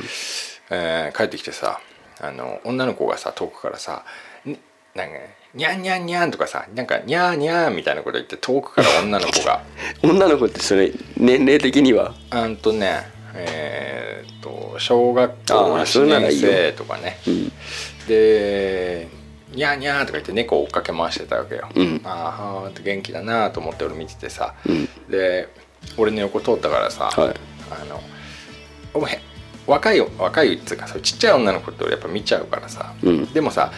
Speaker 4: えー帰ってきてさあの女の子がさ遠くからさになんかねにゃんにゃんにゃんとかさなんかにゃーにゃーみたいなこと言って遠くから女の子が
Speaker 3: 女の子ってそれ年齢的には
Speaker 4: あんとねえーっと小学校
Speaker 3: ああそ
Speaker 4: 1
Speaker 3: れならい
Speaker 4: 年
Speaker 3: いよ
Speaker 4: 生とかね
Speaker 3: うん
Speaker 4: で「にゃーにゃー」とか言って猫を追っかけ回してたわけよ、
Speaker 3: うん
Speaker 4: ああ元気だなと思って俺見ててさ、
Speaker 3: うん
Speaker 4: で俺の横通ったからさ、
Speaker 3: はい
Speaker 4: あのお前若い若いっつうかそうちっちゃい女の子って俺やっぱ見ちゃうからさ、
Speaker 3: うん
Speaker 4: でもさ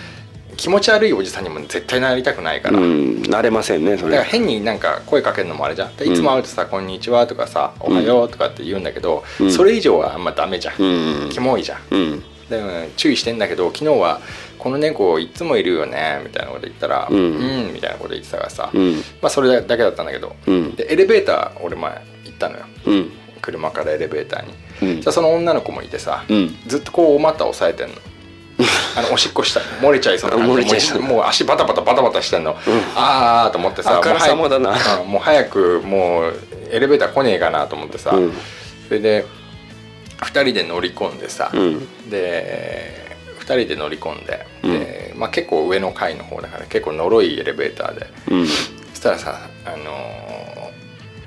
Speaker 4: 気持ち悪いおじさんにも絶対なりたくないから、
Speaker 3: うん慣れませんねそ
Speaker 4: だから
Speaker 3: れ
Speaker 4: 変になんか声かけるのもあれじゃんでいつも会うとさ「こんにちは」とかさ「おはよう」とかって言うんだけど、
Speaker 3: うん
Speaker 4: それ以上はあんまダメじゃん、
Speaker 3: うん
Speaker 4: キモいじゃん
Speaker 3: うん
Speaker 4: でも注意してんだけど昨日は「この猫いつもいるよね」みたいなこと言ったら「う
Speaker 3: うんん」
Speaker 4: みたいなこと言ってたからさ、
Speaker 3: うん
Speaker 4: まあそれだけだったんだけど、
Speaker 3: うん
Speaker 4: でエレベーター俺前行ったのよ
Speaker 3: うん
Speaker 4: 車からエレベーターに、
Speaker 3: うん
Speaker 4: じゃあその女の子もいてさ、
Speaker 3: うん
Speaker 4: ずっとこうお股押さえてん のあのおしっこした漏れちゃいそうな感じ
Speaker 3: 漏れちゃいそう
Speaker 4: もうもう足バタバタバタバタしてんの、あーあーと思ってさ
Speaker 3: あからさ
Speaker 4: も
Speaker 3: ま
Speaker 4: う
Speaker 3: だな
Speaker 4: 早くうんもう早くもうエレベーター来ねえかなと思ってさ、
Speaker 3: うん
Speaker 4: それで2人で乗り込んでさ、
Speaker 3: うん
Speaker 4: で2人で乗り込んでで、まあ、結構上の階の方だから結構のろいエレベーターで
Speaker 3: うん
Speaker 4: そしたらさ、あのー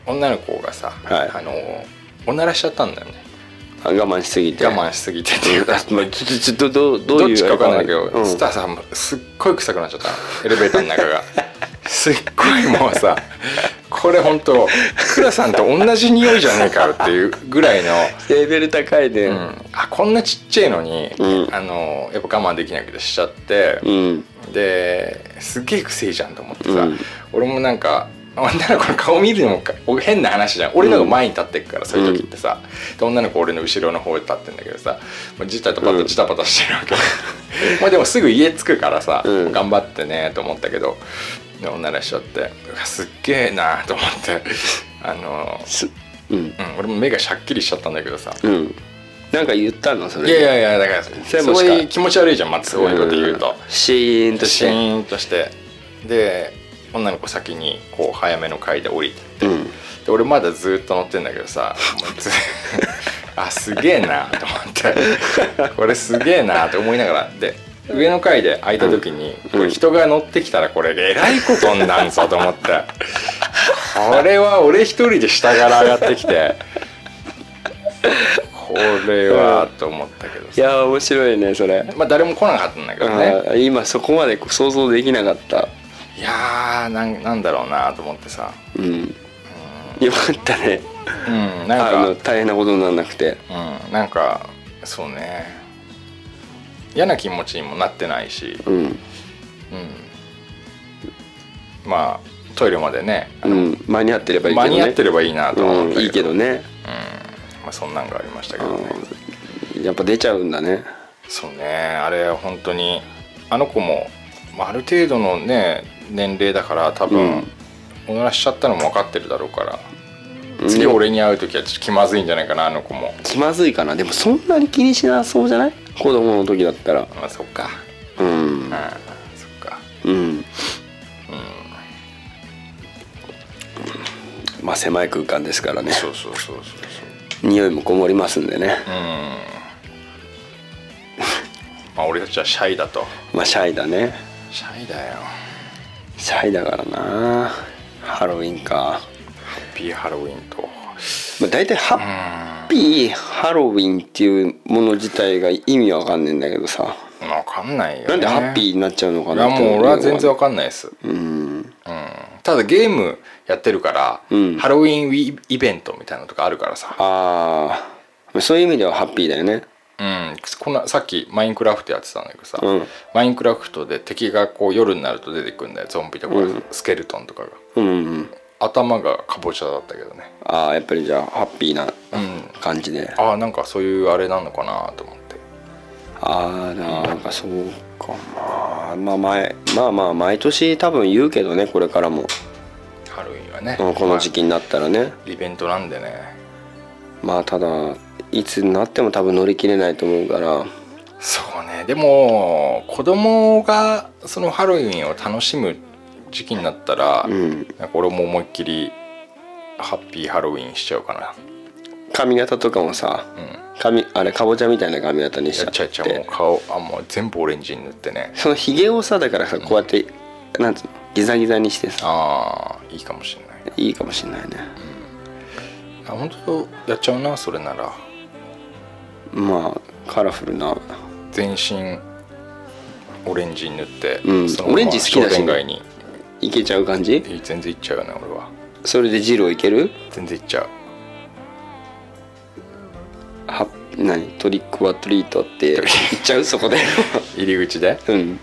Speaker 4: 女の子がさ、
Speaker 3: はい
Speaker 4: あのーおならしちゃったんだよね
Speaker 3: あ我慢しすぎて
Speaker 4: 我慢しすぎてっていうか
Speaker 3: あまあちょちょちょどうどう
Speaker 4: ど
Speaker 3: い
Speaker 4: っ
Speaker 3: う
Speaker 4: ちか分かんないけど、
Speaker 3: うん
Speaker 4: スターさんもすっごい臭くなっちゃったのエレベーターの中がすっごいもう さこれ本当クラさんと同じ匂いじゃねえかよっていうぐらいの、
Speaker 3: レベル高いね
Speaker 4: うんあこんなちっちゃいのに、
Speaker 3: うん
Speaker 4: あのやっぱ我慢できなくてしちゃって、
Speaker 3: うん
Speaker 4: ですっげえくせえじゃんと思ってさ、
Speaker 3: うん
Speaker 4: 俺もなんか女の子の顔見るのもか変な話じゃん俺の方が前に立ってくから、そういう時ってさで女の子俺の後ろの方に立ってんだけどさもうジタとパタジタパタしてるわけ、 まあでもすぐ家着くからさ、
Speaker 3: うん
Speaker 4: 頑張ってねと思ったけどで女らしちゃってうわすっげえなと思ってあの、
Speaker 3: すうん
Speaker 4: うん、俺も目がしゃっきりしちゃったんだけどさ
Speaker 3: うんなんか言ったのそれ
Speaker 4: いやいやいやだから
Speaker 3: れもしか
Speaker 4: そういう気持ち悪いじゃんまずそういうこと言うと。
Speaker 3: んシーンとし
Speaker 4: シ
Speaker 3: て
Speaker 4: ーンとしてで女の子先にこう早めの階で降りて
Speaker 3: うん
Speaker 4: で俺まだずっと乗ってんだけどさもうず あすげえなと思ってこれすげえなと思いながらで上の階で空いた時に、これ人が乗ってきたらこれえらいことになんぞと思ってこれは俺一人で下から上がってきてこれはと思ったけど
Speaker 3: い
Speaker 4: さ
Speaker 3: やー面白いねそれ、
Speaker 4: まあ誰も来なかったんだけどね
Speaker 3: あー今そこまで想像できなかった
Speaker 4: いやーなんなんだろうなと思ってさ
Speaker 3: うんよかったね
Speaker 4: うんなん
Speaker 3: あ
Speaker 4: か
Speaker 3: の大変なことにならなくて
Speaker 4: うん、なんかそうね嫌な気持ちにもなってないし、
Speaker 3: うん
Speaker 4: うん、まあトイレまでね
Speaker 3: うん間に合ってればいいけど
Speaker 4: 間
Speaker 3: ね
Speaker 4: に合ってればいいなと思
Speaker 3: う
Speaker 4: っ
Speaker 3: ん
Speaker 4: た
Speaker 3: いいけどね、
Speaker 4: まあ、そんなんがありましたけどね
Speaker 3: うん、やっぱ出ちゃうんだね
Speaker 4: そうねあれ本当にあの子もまあある程度のね年齢だから多
Speaker 3: う
Speaker 4: 分
Speaker 3: ん
Speaker 4: おならしちゃったのも分かってるだろうから、次俺に会う時はちょっと気まずいんじゃないかなあの子も、
Speaker 3: 気まずいかなでもそんなに気にしなそうじゃない子供の時だったら
Speaker 4: まあ、そっか
Speaker 3: うん
Speaker 4: うんそっか
Speaker 3: うんまあ狭い空間ですからね
Speaker 4: そうそうそうそうそう
Speaker 3: 匂いもこもりますんでね、
Speaker 4: まあ俺たちはシャイだと
Speaker 3: まあシャイだね
Speaker 4: シャイだよ
Speaker 3: シャイだからなハロウィンか、
Speaker 4: ピーハロウィンと
Speaker 3: まあ、大体ハッピーハロウィンっていうもの自体が意味わかんねえんだけどさ
Speaker 4: 分かんないよ、ね、
Speaker 3: なんでハッピーになっちゃうのか
Speaker 4: い
Speaker 3: な
Speaker 4: や
Speaker 3: って
Speaker 4: もう俺は全然わかんないです、
Speaker 3: うん
Speaker 4: ただゲームやってるから、
Speaker 3: うん
Speaker 4: ハロウィンウィイベントみたいなのとかあるからさ、
Speaker 3: ああそういう意味ではハッピーだよね
Speaker 4: うん、こんなさっきマインクラフトやってたんだけどさ、
Speaker 3: うん
Speaker 4: マインクラフトで敵がこう夜になると出てくるんだよゾンビとか
Speaker 3: うん
Speaker 4: スケルトンとかが、
Speaker 3: うんうん
Speaker 4: 頭がかぼちゃだったけどね
Speaker 3: ああやっぱりじゃあハッピーな
Speaker 4: うん
Speaker 3: 感じで
Speaker 4: ああんかそういうあれなのかなと思って
Speaker 3: ああなんかそうかまあまあ前まあまあ毎年多分言うけどねこれからも
Speaker 4: ハロウィンはね、
Speaker 3: うんこの時期になったらね
Speaker 4: まあイベントなんでね
Speaker 3: まあただいつになっても多分乗り切れないと思うから
Speaker 4: そうねでも子供がそのハロウィンを楽しむ時期になったら、
Speaker 3: うん
Speaker 4: なんか俺も思いっきりハッピーハロウィンしちゃうかな
Speaker 3: 髪型とかもさ髪あれかぼちゃみたいな髪型にし
Speaker 4: やっ
Speaker 3: ち
Speaker 4: ちゃ
Speaker 3: ゃ
Speaker 4: い
Speaker 3: っ
Speaker 4: ちゃうもう
Speaker 3: て
Speaker 4: 顔あもう全部オレンジに塗ってね
Speaker 3: そのひげをさだからさこうやってなんつうのギザギザにしてさ
Speaker 4: ああいいかもしれない
Speaker 3: いいかもしんないね
Speaker 4: あ本当やっちゃうなそれなら
Speaker 3: まあカラフルな
Speaker 4: 全身オレンジに塗って、
Speaker 3: うん
Speaker 4: そのまま
Speaker 3: オレンジ好きだしね
Speaker 4: 商店街に
Speaker 3: いけちゃう感じ
Speaker 4: え全然行っちゃうよね俺は
Speaker 3: それでジローいける
Speaker 4: 全然行っちゃう
Speaker 3: は何トリック・はトリートって言っちゃうそこで
Speaker 4: 入り口で
Speaker 3: うん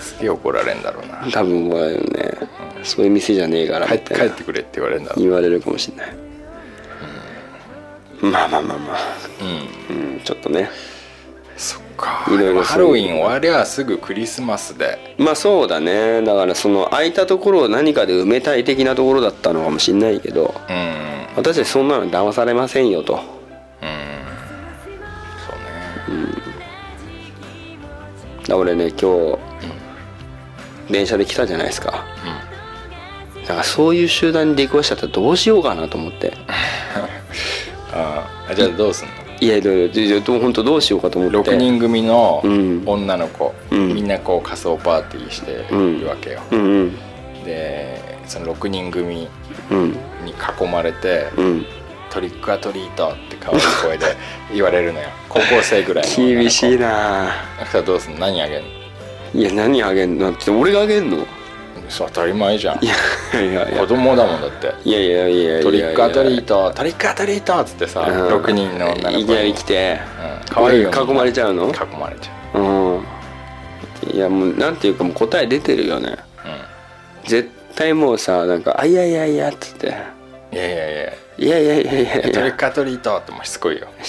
Speaker 4: すげえ怒られんだろうな
Speaker 3: 多分思われるねそういう店じゃねえから
Speaker 4: 帰っ
Speaker 3: み
Speaker 4: て
Speaker 3: た
Speaker 4: 帰
Speaker 3: い
Speaker 4: っ
Speaker 3: な
Speaker 4: てくれって言われるんだろう
Speaker 3: 言われるかもしれないまあまあまあまあうん、ちょっとね
Speaker 4: そっか
Speaker 3: いろいろそう
Speaker 4: ハロウィン終わりゃすぐクリスマスで
Speaker 3: まあそうだねだからその空いたところを何かで埋めたい的なところだったのかもしれないけど
Speaker 4: うん
Speaker 3: 私たちそんなの騙されませんよと
Speaker 4: そうね
Speaker 3: だ俺ね今日電車で来たじゃないですか、なんかそういう集団に出くわしちゃったらどうしようかなと思って
Speaker 4: ああじゃあどうすんの
Speaker 3: いやいやいやいやでも本当どうしようかと思って
Speaker 4: 6人組の
Speaker 3: うん
Speaker 4: 女の子、
Speaker 3: うん
Speaker 4: みんなこう仮装パーティーして
Speaker 3: うん
Speaker 4: るわけよ、
Speaker 3: うんうん
Speaker 4: でその6人組
Speaker 3: うん
Speaker 4: に囲まれて
Speaker 3: うん
Speaker 4: 「トリックアトリート」って可愛い声で 言われるのよ高校生ぐらいの女の子
Speaker 3: 厳しいなあ
Speaker 4: だからどうすんの何あげんの
Speaker 3: いや何あげんのって俺があげんの
Speaker 4: そう当たり前じゃん
Speaker 3: いやいやいや
Speaker 4: 子供だもんだって
Speaker 3: いやいやいやいや
Speaker 4: トリックアトリー
Speaker 3: ー
Speaker 4: トトリックアトリートっつってさ、
Speaker 3: うん
Speaker 4: 6人の女の子
Speaker 3: いきなり来て
Speaker 4: うん、可愛いよ
Speaker 3: 俺囲まれちゃうの
Speaker 4: 囲まれちゃ
Speaker 3: うんいやもうなんていうかもう答え出てるよね絶対もうさなんか「あいやいやいや」っつって
Speaker 4: ういやいやいや
Speaker 3: 「いやいやいやいやい
Speaker 4: トリッ
Speaker 3: や
Speaker 4: クアトリートってもうしつこいよ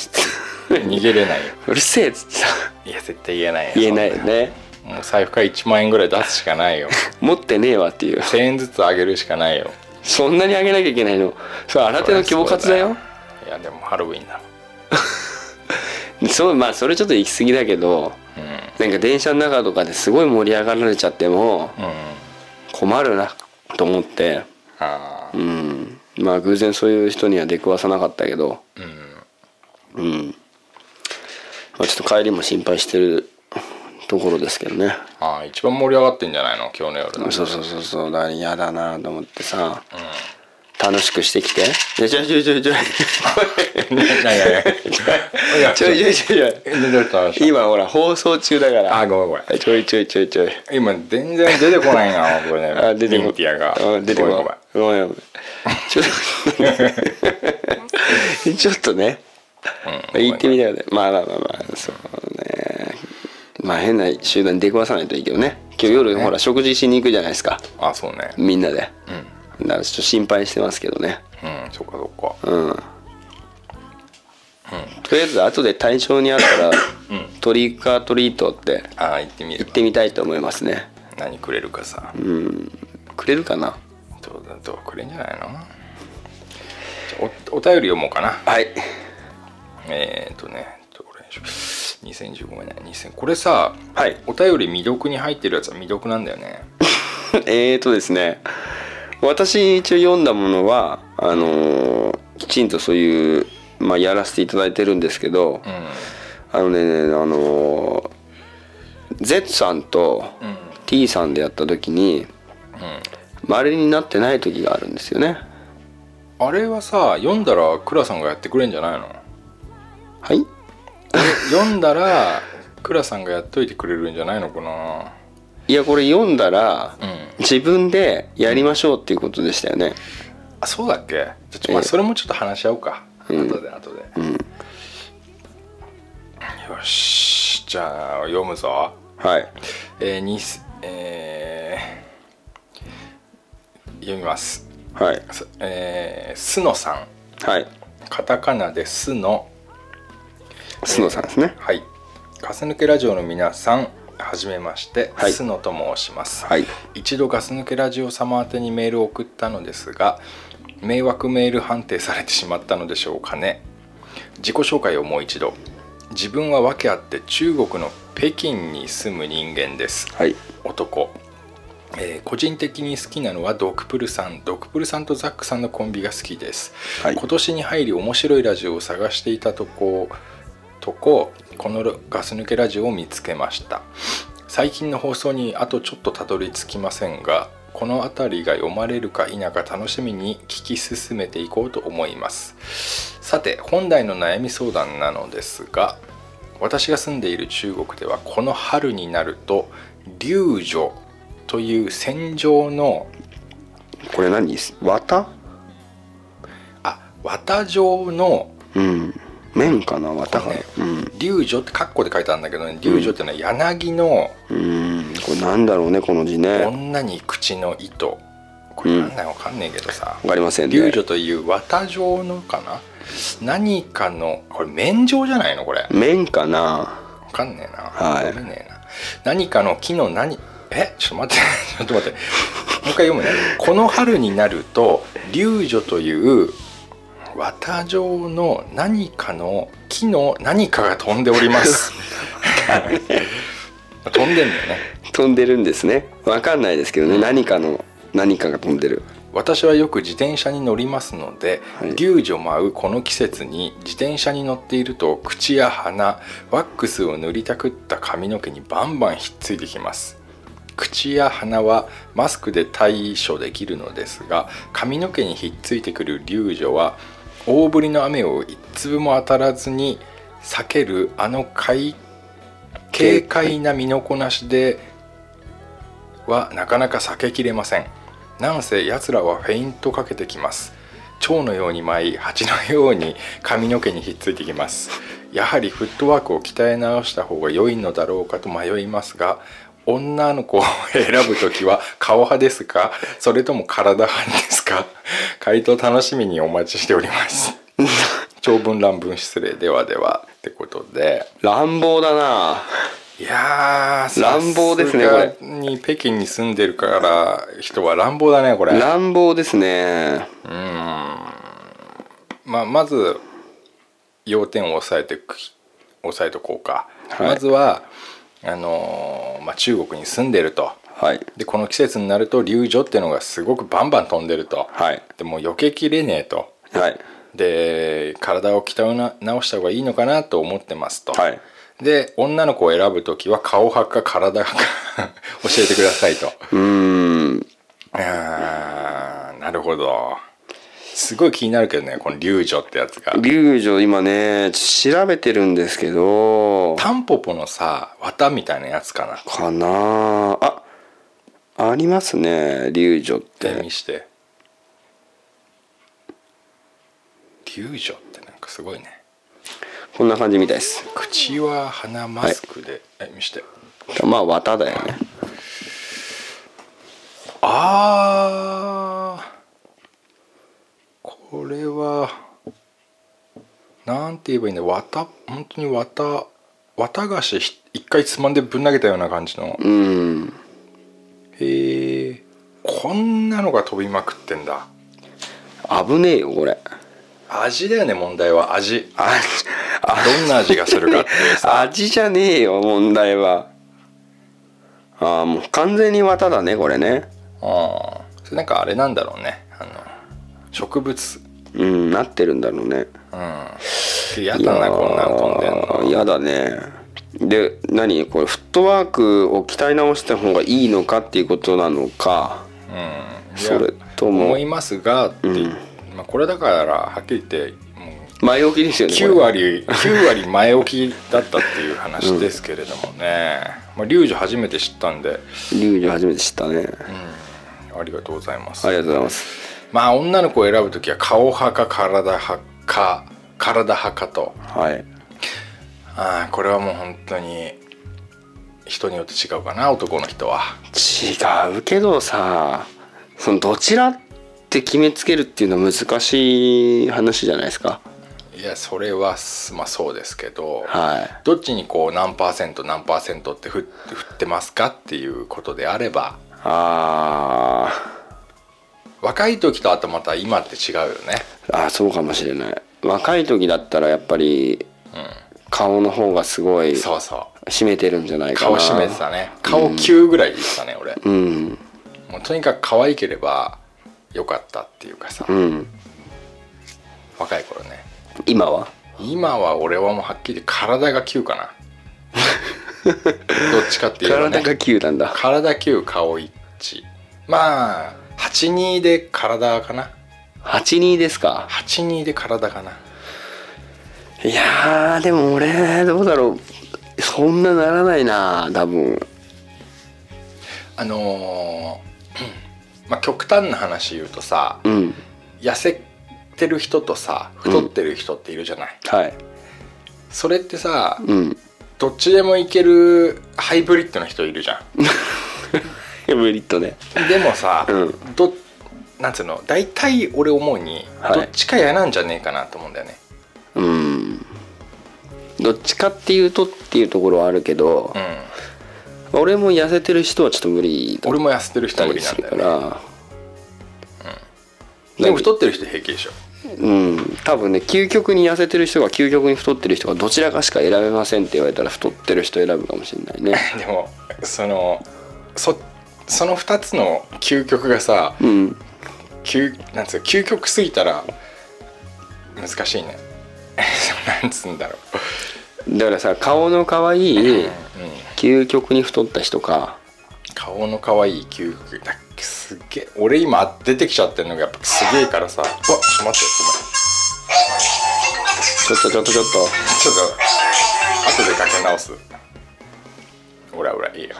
Speaker 4: 逃げれないよ
Speaker 3: うるせえ」っつってさ
Speaker 4: いや絶対言えないよ
Speaker 3: 言えないよね
Speaker 4: もう財布から1万円ぐらい出すしかないよ
Speaker 3: 持ってねえわっていう
Speaker 4: 1000円ずつあげるしかないよ
Speaker 3: そんなにあげなきゃいけないのそれ新手の恐喝だよ
Speaker 4: いやでもハロウィンだ
Speaker 3: そうまあそれちょっと行き過ぎだけどなんか電車の中とかですごい盛り上がられちゃっても
Speaker 4: うんうん
Speaker 3: 困るなと思って
Speaker 4: ああ
Speaker 3: うんまあ偶然そういう人には出くわさなかったけどうん、まあ、ちょっと帰りも心配してるところですけどね
Speaker 4: ああ 一番盛り上がってんじゃないの今日の夜だ
Speaker 3: そうそうそうそうだから嫌だなと思ってさ、楽しくしてきていやちょいちょいちょいちょい
Speaker 4: い やいやいやいや
Speaker 3: ちょいちょいちょいちょい
Speaker 4: どうしたどうした
Speaker 3: 今ほら放送中だから
Speaker 4: あごめんごめん
Speaker 3: ちょいちょいちょいちょい
Speaker 4: 今全然出てこないな これね
Speaker 3: あ出てこ
Speaker 4: ミンティアが
Speaker 3: あ出てこ
Speaker 4: ごめんご
Speaker 3: ないごめんごめんちょっとちょっとね
Speaker 4: めん
Speaker 3: 言ってみたらねまあまあまあまあそうねまあ変な集団に出くわさないといいけどね今日夜、ほら食事しに行くじゃないですか
Speaker 4: あそうね
Speaker 3: みんなで、だからちょっと心配してますけどね
Speaker 4: うんそっかそっか
Speaker 3: うん、とりあえず後で対象にあったら、トリックアトリートって
Speaker 4: あー行ってみる
Speaker 3: 行ってみたいと思いますね
Speaker 4: 何くれるかさ
Speaker 3: くれるかな
Speaker 4: どうだどうくれんじゃないのじゃあおお便り読もうかな
Speaker 3: はい
Speaker 4: えー、っとねどれにしよう2015年2000これさ、
Speaker 3: はい
Speaker 4: お便り未読に入ってるやつは未読なんだよね
Speaker 3: えーとですね私一応読んだものはあのーきちんとそういう、まあ、やらせていただいてるんですけど、
Speaker 4: うん
Speaker 3: あのねあのー Z さんと T さんでやった時に丸になってない時があるんですよね
Speaker 4: あれはさ読んだらクラさんがやってくれんじゃないの
Speaker 3: はい
Speaker 4: 読んだらクラさんがやっといてくれるんじゃないのかない
Speaker 3: やこれ読んだら、
Speaker 4: ん
Speaker 3: 自分でやりましょうっていうことでしたよね
Speaker 4: あそうだっけちょっと、まあ、
Speaker 3: ええ
Speaker 4: それもちょっと話し合おうか、後で後で、よしじゃあ読むぞ
Speaker 3: はい
Speaker 4: えー、にすえー読みます
Speaker 3: はい
Speaker 4: すえー、すのさん
Speaker 3: はい
Speaker 4: カタカナですの
Speaker 3: 須野さんですね
Speaker 4: はいガス抜けラジオの皆さんはじめまして、
Speaker 3: はい
Speaker 4: すのと申します、
Speaker 3: はい
Speaker 4: 一度ガス抜けラジオ様宛てにメールを送ったのですが迷惑メール判定されてしまったのでしょうかね自己紹介をもう一度自分は訳あって中国の北京に住む人間です
Speaker 3: はい
Speaker 4: 男、えー個人的に好きなのはドクプルさんドクプルさんとザックさんのコンビが好きです、
Speaker 3: はい
Speaker 4: 今年に入り面白いラジオを探していたとことここのガス抜けラジオを見つけました最近の放送にあとちょっとたどり着きませんがこの辺りが読まれるか否か楽しみに聞き進めていこうと思いますさて本題の悩み相談なのですが私が住んでいる中国ではこの春になると流女という戦場の
Speaker 3: これ何です綿
Speaker 4: あ綿状の
Speaker 3: うん綿かな綿かな、
Speaker 4: ね
Speaker 3: うん
Speaker 4: 流女ってカッコで書いてあるんだけどね流女ってのは柳の
Speaker 3: うんこれなんだろうねこの字ねわ
Speaker 4: 女に口の糸これなんだよわかんねえけどさ、
Speaker 3: かりませんね
Speaker 4: 流女という綿状のかな何かのこれ綿状じゃないのこれ
Speaker 3: 綿かな
Speaker 4: わかんねえな。
Speaker 3: はい
Speaker 4: わかんねえな。何かの木の何、え、ちょっと待って、 ちょっと待って。もう一回読むね。この春になると、流女という綿状の何かの木の何かが飛んでお ります。 飛んでんだよね。
Speaker 3: 飛んでるんですねわかんないですけどね、何かの何かが飛んでる
Speaker 4: 私はよく自転車に乗りますので、
Speaker 3: はい
Speaker 4: 流女舞うこの季節に自転車に乗っていると口や鼻ワックスを塗りたくった髪の毛にバンバンひっついてきます口や鼻はマスクで対処できるのですが髪の毛にひっついてくる流女は大ぶりの雨を一粒も当たらずに避けるあの快軽快な身のこなしではなかなか避けきれませんなんせ奴らはフェイントかけてきます蝶のように舞い蜂のように髪の毛にひっついてきますやはりフットワークを鍛え直した方が良いのだろうかと迷いますが女の子を選ぶ時は顔派ですかそれとも体派ですか回答楽しみにお待ちしております長文乱文失礼ではではってことで
Speaker 3: 乱暴だない
Speaker 4: やー
Speaker 3: 乱暴ですね
Speaker 4: さがに北京に住んでるから人は乱暴だねこれ
Speaker 3: 乱暴ですね
Speaker 4: まあ、まず要点を押さえてく押さえとこうか、
Speaker 3: はい
Speaker 4: まずはあのーまあ、中国に住んでると
Speaker 3: はい
Speaker 4: でこの季節になると流女っていうのがすごくバンバン飛んでると、
Speaker 3: はい
Speaker 4: でもう避けきれねえと
Speaker 3: はい
Speaker 4: で体を鍛えな直した方がいいのかなと思ってますと、
Speaker 3: はい
Speaker 4: で女の子を選ぶ時は顔派か体派か 教えてくださいと
Speaker 3: うーん
Speaker 4: あーなるほどすごい気になるけどねこの流女ってやつが
Speaker 3: 龍女今ね調べてるんですけど
Speaker 4: タンポポのさ綿みたいなやつかなっ
Speaker 3: かなあありますね龍女って
Speaker 4: 見
Speaker 3: て
Speaker 4: して流女ってなんかすごいね
Speaker 3: こんな感じみたいです
Speaker 4: 口は鼻マスクで、え見して
Speaker 3: まあ綿だよね
Speaker 4: あーこれはなんて言えばいいんだ綿本当に綿綿菓子ひ一回つまんでぶん投げたような感じの
Speaker 3: うん
Speaker 4: へえこんなのが飛びまくってんだ
Speaker 3: 危ねえよこれ
Speaker 4: 味だよね問題は味
Speaker 3: ああ
Speaker 4: どんな味がするかっていうさ
Speaker 3: 味じゃねえよ問題はああもう完全に綿だねこれね
Speaker 4: うんそれなんかあれなんだろうねあの植物
Speaker 3: うんなってるんだろうね
Speaker 4: うんやだなこんなん飛んでんの
Speaker 3: いやーやだねで何これフットワークを鍛え直した方がいいのかっていうことなのか
Speaker 4: うん
Speaker 3: それとも
Speaker 4: 思いますがって、まあ、これだからはっきり言っても
Speaker 3: 前置きです
Speaker 4: う
Speaker 3: よねこれ
Speaker 4: 9割9割前置きだったっていう話ですけれどもね、まあ、リュウジ初めて知ったんで、
Speaker 3: 龍女初めて知ったね、
Speaker 4: ありがとうございます
Speaker 3: ありがとうございます
Speaker 4: まあ女の子を選ぶ時は顔派か体派か体派かと
Speaker 3: はい
Speaker 4: あーこれはもう本当に人によって違うかな男の人は
Speaker 3: 違うけどさそのどちらって決めつけるっていうのは難しい話じゃないですか
Speaker 4: いやそれはすまあそうですけど、
Speaker 3: はい
Speaker 4: どっちにこう何パーセント何パーセントって振って振ってますかっていうことであれば
Speaker 3: あ
Speaker 4: 若い時とあとまた今って違うよね
Speaker 3: ーあーそうかもしれない若い時だったらやっぱり顔の方がすごい
Speaker 4: そうそう
Speaker 3: 締めてるんじゃないか
Speaker 4: 顔
Speaker 3: な
Speaker 4: 締めてたね顔9ぐらいでしたね、俺
Speaker 3: うん
Speaker 4: もうとにかく可愛ければよかったっていうかさ、
Speaker 3: うん
Speaker 4: 若い頃ね
Speaker 3: 今は
Speaker 4: 今は俺はもうはっきり体が9かなどっちかっていうと、ね、
Speaker 3: 体が9なんだ
Speaker 4: 体9顔1まあ82で体かな
Speaker 3: 82ですか
Speaker 4: 82で体かない
Speaker 3: やーでも俺どうだろうそんなならないな多分
Speaker 4: あのーまあ極端な話言うとさ
Speaker 3: うん
Speaker 4: 痩せてる人とさ太ってる人っているじゃない、
Speaker 3: はい
Speaker 4: それってさ
Speaker 3: うん
Speaker 4: どっちでもいけるハイブリッドの人いるじゃ
Speaker 3: ヘブリッドね
Speaker 4: んでもさ、
Speaker 3: うん
Speaker 4: どなんつうの大体俺思うに、
Speaker 3: はい
Speaker 4: どっちか嫌なんじゃねえかなと思うんだよね
Speaker 3: うんどっちかっていうとっていうところはあるけど
Speaker 4: う、ん
Speaker 3: 俺も痩せてる人はちょっと無理だっ
Speaker 4: 俺も痩せてる人
Speaker 3: た
Speaker 4: 無理
Speaker 3: り
Speaker 4: なん
Speaker 3: す
Speaker 4: だ
Speaker 3: る
Speaker 4: よ
Speaker 3: か
Speaker 4: ね
Speaker 3: ら
Speaker 4: でも太ってる人平気でしょ
Speaker 3: うん多分ね究極に痩せてる人が究極に太ってる人がどちらかしか選べませんって言われたら太ってる人選ぶかもしれないね
Speaker 4: でもそのそその2つの究極がさ
Speaker 3: うん
Speaker 4: 究なんつうの究極すぎたら難しいね なんつうんだろ
Speaker 3: だからさ顔の可愛い、
Speaker 4: う、うん、
Speaker 3: 究極に太った人か
Speaker 4: 顔の可愛い究極だすっげえ俺今出てきちゃってるのがやっぱすげえからさうわちょっと待って
Speaker 3: ちょっとちょっとちょっ
Speaker 4: ごめんちょっと後でかけ直すほらほらいいよ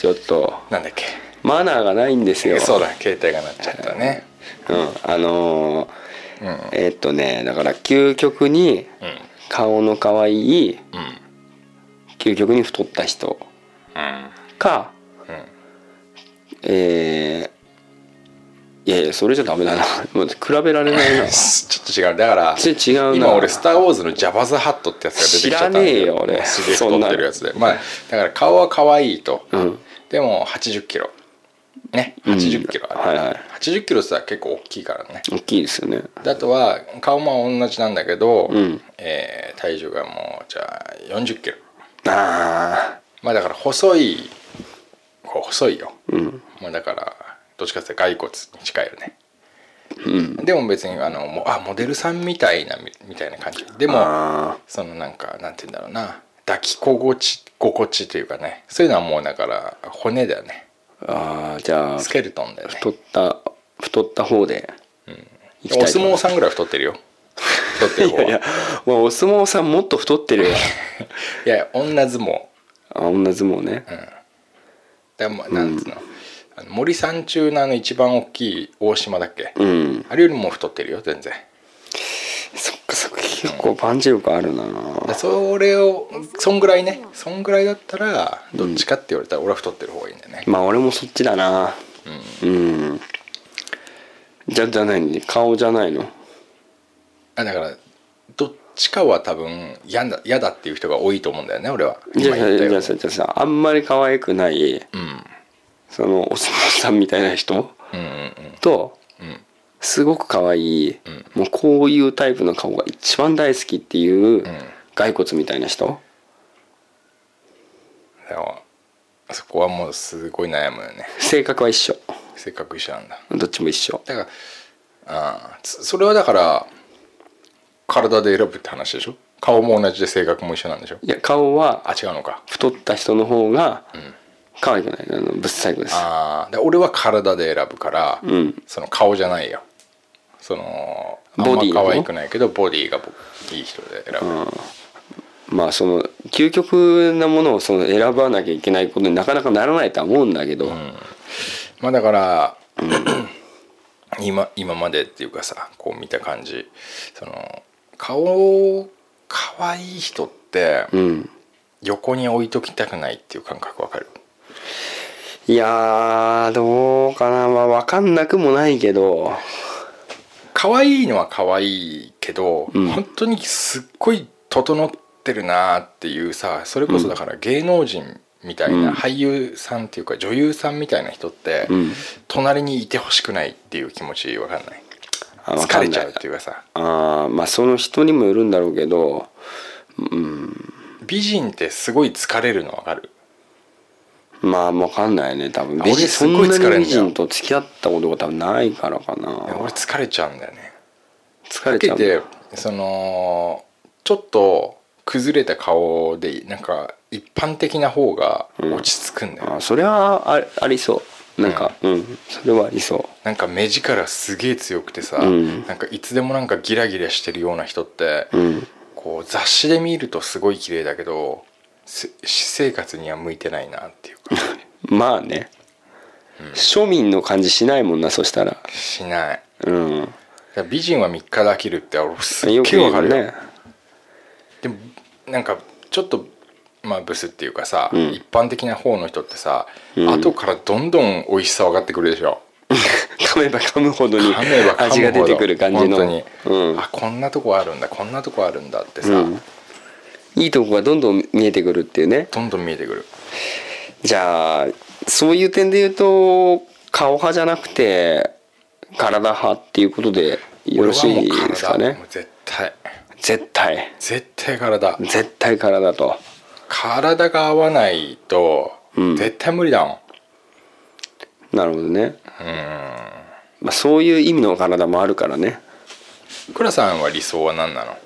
Speaker 3: とちょっと
Speaker 4: なんだっけ
Speaker 3: マナーがないんですよ
Speaker 4: そうだ携帯が鳴っちゃったね
Speaker 3: うん、あの
Speaker 4: うん
Speaker 3: ーえっとねだから究極に
Speaker 4: うん
Speaker 3: 顔の可愛い
Speaker 4: うん
Speaker 3: 究極に太った人
Speaker 4: うん
Speaker 3: か
Speaker 4: うん
Speaker 3: えー、いやいやそれじゃダメだな もう比べられない な
Speaker 4: ちょっと違うだから
Speaker 3: それ違うな
Speaker 4: 今俺「スター・ウォーズ」のジャバズ・ハットってやつが出てきちゃったんだけど
Speaker 3: 知らねえよ俺
Speaker 4: すげえ
Speaker 3: そ
Speaker 4: 太
Speaker 3: ん
Speaker 4: っ
Speaker 3: な
Speaker 4: てるやつでまあだから顔は可愛いと、
Speaker 3: うん
Speaker 4: でも8 0キロね8
Speaker 3: うん
Speaker 4: 0キロあ
Speaker 3: はい
Speaker 4: る、
Speaker 3: はい
Speaker 4: 8 0キロってさ結構大きいからね
Speaker 3: 大きいですよね
Speaker 4: であとは顔も同じなんだけど、
Speaker 3: うん
Speaker 4: えー体重がもうじゃあ4 0キロ
Speaker 3: ああ
Speaker 4: まあだから細いこう細いよ、
Speaker 3: うん
Speaker 4: まあ、だからどっちかっていうと骸骨に近いよね、でも別にあのもうあモデルさんみたいなみみたいな感じでも
Speaker 3: あ
Speaker 4: そのなんかなんて言うんだろうな抱き心地心地というかねそういうのはもうだから骨だよね
Speaker 3: ーあーじゃあ
Speaker 4: スケルトンだよね
Speaker 3: 太った太った方で行きた
Speaker 4: お
Speaker 3: いと
Speaker 4: 相
Speaker 3: 思い
Speaker 4: 撲
Speaker 3: ます
Speaker 4: さんぐらい太ってるよ太ってる方はい
Speaker 3: やいや、まあ、お相撲さんもっと太 ってるよ
Speaker 4: いや女相撲
Speaker 3: あ女相撲ね、
Speaker 4: だまなんつうの,、あの森三中のあの一番大きい大島だっけ、
Speaker 3: うん
Speaker 4: あれよりも太ってるよ全然
Speaker 3: そっかそっか結構パンチ力あるな
Speaker 4: だそれをそんぐらいねそんぐらいだったらどっちかって言われたら俺は太ってる方がいいんだよね、
Speaker 3: まあ俺もそっちだなうん、じゃじゃない顔じゃないの
Speaker 4: あだからどっちかは多分嫌だ嫌だっていう人が多いと思うんだよね俺は
Speaker 3: じゃ
Speaker 4: 今
Speaker 3: あ
Speaker 4: 言った
Speaker 3: じ
Speaker 4: よう
Speaker 3: ゃあ
Speaker 4: に
Speaker 3: じゃあじゃあさあんまり可愛くない、そのお相撲さんみたいな人
Speaker 4: うんうんうん
Speaker 3: と、
Speaker 4: ん
Speaker 3: すごく可愛い、もうこういうタイプの顔が一番大好きっていう骸骨みたいな人、
Speaker 4: でもそこはもうすごい悩むよね
Speaker 3: 性格は一緒
Speaker 4: せっかく一緒なんだ
Speaker 3: どっちも一緒
Speaker 4: だからあーつそれはだから体で選ぶって話でしょ顔も同じで性格も一緒なんでしょ
Speaker 3: いや顔は
Speaker 4: あ違うのか
Speaker 3: 太った人の方が可愛くないあのぶっ最後です
Speaker 4: ああで俺は体で選ぶから、
Speaker 3: ん
Speaker 4: その顔じゃないよそのあん
Speaker 3: ボ
Speaker 4: ま
Speaker 3: ディの
Speaker 4: 可愛くないけどボディが僕いい人で選ぶ、
Speaker 3: まあその究極なものをその選ばなきゃいけないことになかなかならないとは思うんだけど、
Speaker 4: まあだから、 今今までっていうかさこう見た感じその顔可愛い人って
Speaker 3: うん
Speaker 4: 横に置いときたくないっていう感覚わかる
Speaker 3: いやーどうかなまあ分かんなくもないけど
Speaker 4: 可愛いのは可愛いけど、本当にすっごい整ってるなっていうさそれこそだから芸能人みたいな、俳優さんっていうか女優さんみたいな人って、
Speaker 3: ん
Speaker 4: 隣にいてほしくないっていう気持ちわかんない
Speaker 3: あわ
Speaker 4: 疲
Speaker 3: かん
Speaker 4: れ
Speaker 3: ない
Speaker 4: ちゃうっていうかさ
Speaker 3: あーまあその人にもよるんだろうけど
Speaker 4: 美人ってすごい疲れるのわかる
Speaker 3: まあ分かんないね多分美
Speaker 4: 俺
Speaker 3: 人
Speaker 4: す
Speaker 3: そん
Speaker 4: ごい疲れんだよ
Speaker 3: なに美人と付き合ったことが多分ないからか
Speaker 4: いや
Speaker 3: な
Speaker 4: 俺疲れちゃうんだよね
Speaker 3: 疲
Speaker 4: か
Speaker 3: れち
Speaker 4: け
Speaker 3: ゃうんだ
Speaker 4: てそのちょっと崩れた顔でなんか一般的な方が落ち着くんだよ、
Speaker 3: あそれはあありそうなんかうん、それはありそ
Speaker 4: なんか目力すげえ強くてさ、
Speaker 3: うん
Speaker 4: なんかいつでもなんかギラギラしてるような人って、
Speaker 3: ううん
Speaker 4: こう雑誌で見るとすごい綺麗だけどせ私生活には向いてないなっていうか
Speaker 3: まあね、庶民の感じしないもんなそしたら
Speaker 4: しない
Speaker 3: うん
Speaker 4: だから美人は3日で飽きるって俺すっ
Speaker 3: よく
Speaker 4: げえ
Speaker 3: 言
Speaker 4: わ
Speaker 3: う
Speaker 4: か
Speaker 3: よ
Speaker 4: るよ
Speaker 3: ね
Speaker 4: でもなんかちょっとまあブスっていうかさ、
Speaker 3: ん
Speaker 4: 一般的な方の人ってさ、後からどんどん美味しさ分かってくるでしょ
Speaker 3: 噛めば噛むほどに
Speaker 4: 噛めば噛むほど
Speaker 3: 味が出てくる感じの
Speaker 4: 本当に、
Speaker 3: うん
Speaker 4: あこんなとこあるんだこんなとこあるんだってさ、
Speaker 3: うんいいとこがどんどん見えてくるっていうね
Speaker 4: どんどん見えてくる
Speaker 3: じゃあそういう点で言うと顔派じゃなくて体派っていうことでよろしいですか
Speaker 4: 俺はもう体
Speaker 3: ね
Speaker 4: もう絶対
Speaker 3: 絶対
Speaker 4: 絶対体
Speaker 3: 絶対体と
Speaker 4: 体が合わないと
Speaker 3: うん
Speaker 4: 絶対無理だもん、
Speaker 3: なるほどねまあ、そういう意味の体もあるからね
Speaker 4: クラさんは理想は何なの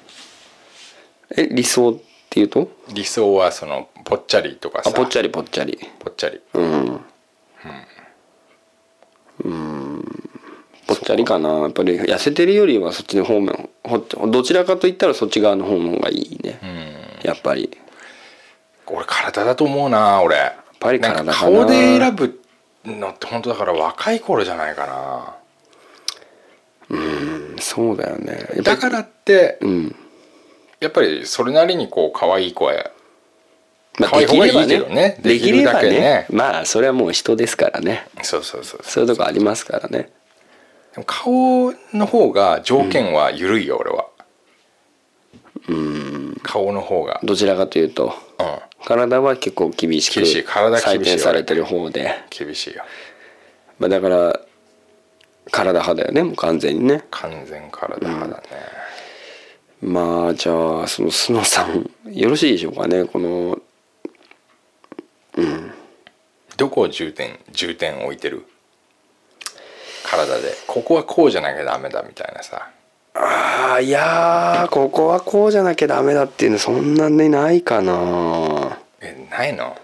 Speaker 3: え理想っていうと
Speaker 4: 理想はそのぽっちゃりとかさ
Speaker 3: あぽっちゃりぽっちゃり
Speaker 4: ぽっちゃり
Speaker 3: うんうんぽっちゃりかなやっぱり痩せてるよりはそっちの方面ほどちらかといったらそっち側の方の方がいいね、やっぱり
Speaker 4: 俺体だと思うな俺やっ
Speaker 3: ぱり体かな
Speaker 4: 顔で選ぶのって本当だから若い頃じゃないかな
Speaker 3: そうだよねやっぱ
Speaker 4: だ
Speaker 3: り
Speaker 4: からって
Speaker 3: うん
Speaker 4: やっぱりそれなりにこう可愛い子や
Speaker 3: まあ
Speaker 4: 可愛い
Speaker 3: でき
Speaker 4: 方が
Speaker 3: れ
Speaker 4: い
Speaker 3: ば
Speaker 4: いけど
Speaker 3: ね
Speaker 4: ね
Speaker 3: で
Speaker 4: で
Speaker 3: き
Speaker 4: き
Speaker 3: れ
Speaker 4: る
Speaker 3: ば
Speaker 4: だけね
Speaker 3: ねまあそれはもう人ですからね
Speaker 4: そうそうそうそう
Speaker 3: そういうとこありますからね
Speaker 4: でも顔の方が条件は緩いよ、俺は顔の方が
Speaker 3: どちらかというと
Speaker 4: うん
Speaker 3: 体は結構厳しく
Speaker 4: 厳しい体
Speaker 3: 採
Speaker 4: 厳しい
Speaker 3: 点されてる方で、
Speaker 4: 厳しいよ
Speaker 3: まあ、だから体派だよねもう完全にね
Speaker 4: 完全体派だね、
Speaker 3: まあじゃあそのスノさんよろしいでしょうかねこの
Speaker 4: どこを重点重点置いてる体でここはこうじゃなきゃダメだみたいなさ
Speaker 3: ああいやーここはこうじゃなきゃダメだっていうのそんなにないかな
Speaker 4: えないの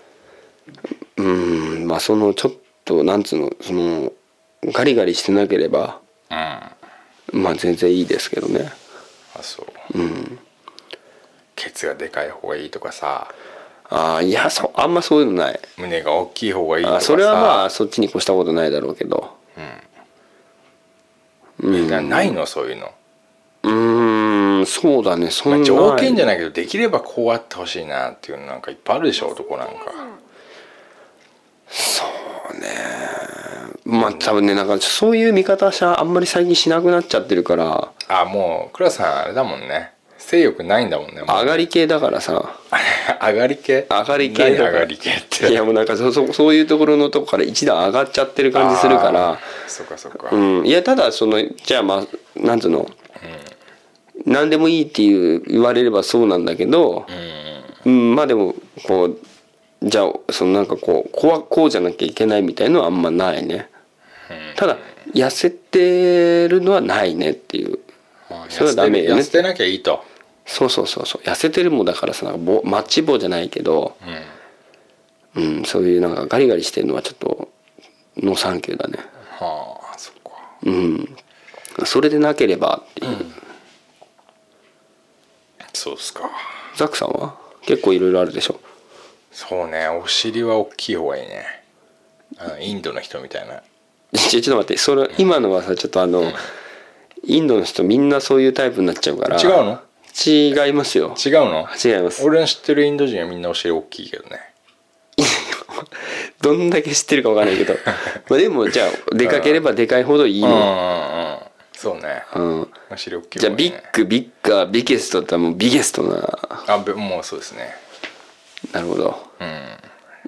Speaker 3: うんまあそのちょっとなんつうのそのガリガリしてなければ
Speaker 4: うん
Speaker 3: まあ全然いいですけどね
Speaker 4: あそう
Speaker 3: うん
Speaker 4: ケツがでかい方がいいとかさ
Speaker 3: ああいやそうあんまそういうのない
Speaker 4: 胸が大きい方がいいと
Speaker 3: あ
Speaker 4: か
Speaker 3: ー
Speaker 4: さ
Speaker 3: それはまあそっちに越したことないだろうけどうん
Speaker 4: なないのそういうの、
Speaker 3: うーんそうだねそん
Speaker 4: ま
Speaker 3: な、
Speaker 4: あ、条件じゃ
Speaker 3: ない
Speaker 4: ないけどできればこうあってほしいなっていうのなんかいっぱいあるでしょ男なんか
Speaker 3: まあ多分ねなんかそういう見方しあんまり最近しなくなっちゃってるから
Speaker 4: あもう倉さんあれだもんね性欲ないんだもんねもう
Speaker 3: 上がり系だからさ
Speaker 4: 上がり系
Speaker 3: 上がり系
Speaker 4: 何
Speaker 3: だから
Speaker 4: 上がり系って
Speaker 3: いやもうなんかそそそういうところのとこから一段上がっちゃってる感じするから
Speaker 4: あーそっかそっか、
Speaker 3: うん、いやただそのじゃあまあなんつうの、何でもいいっていう言われればそうなんだけど、うんまあでもこうじゃあそのなんかこうこうはこうじゃなきゃいけないみたいのはあんまないね、ただ痩せてるのはないねっていう
Speaker 4: あ
Speaker 3: それはダメよね
Speaker 4: 痩せてなきゃいいと
Speaker 3: そうそうそうそう痩せてるもだからさなんかぼマッチ棒じゃないけど、うんそういうなんかガリガリしてるのはちょっとノーサンキューだね
Speaker 4: はあそっか
Speaker 3: うんそれでなければっていう、
Speaker 4: そうっすか
Speaker 3: ザックさんは結構いろいろあるでしょ
Speaker 4: そうねお尻は大きい方がいいねあのインドの人みたいな
Speaker 3: ちょちょっと待ってそれ今のはさちょっとあの、インドの人みんなそういうタイプになっちゃうから
Speaker 4: 違うの
Speaker 3: 違いますよ
Speaker 4: 違うの
Speaker 3: 違います
Speaker 4: 俺の知ってるインド人はみんなお尻大きいけどね
Speaker 3: どんだけ知ってるかわかんないけどまあでもじゃあでかければでかいほどいい
Speaker 4: うんうん
Speaker 3: の、
Speaker 4: うんそうね
Speaker 3: うん、
Speaker 4: お尻大きい
Speaker 3: じ
Speaker 4: 方
Speaker 3: ゃあ
Speaker 4: がい
Speaker 3: ビ
Speaker 4: い、
Speaker 3: ッ
Speaker 4: ね、
Speaker 3: グビッグービゲストだったらもうビゲストな
Speaker 4: あべもうそうですね
Speaker 3: なるほど、
Speaker 4: うん、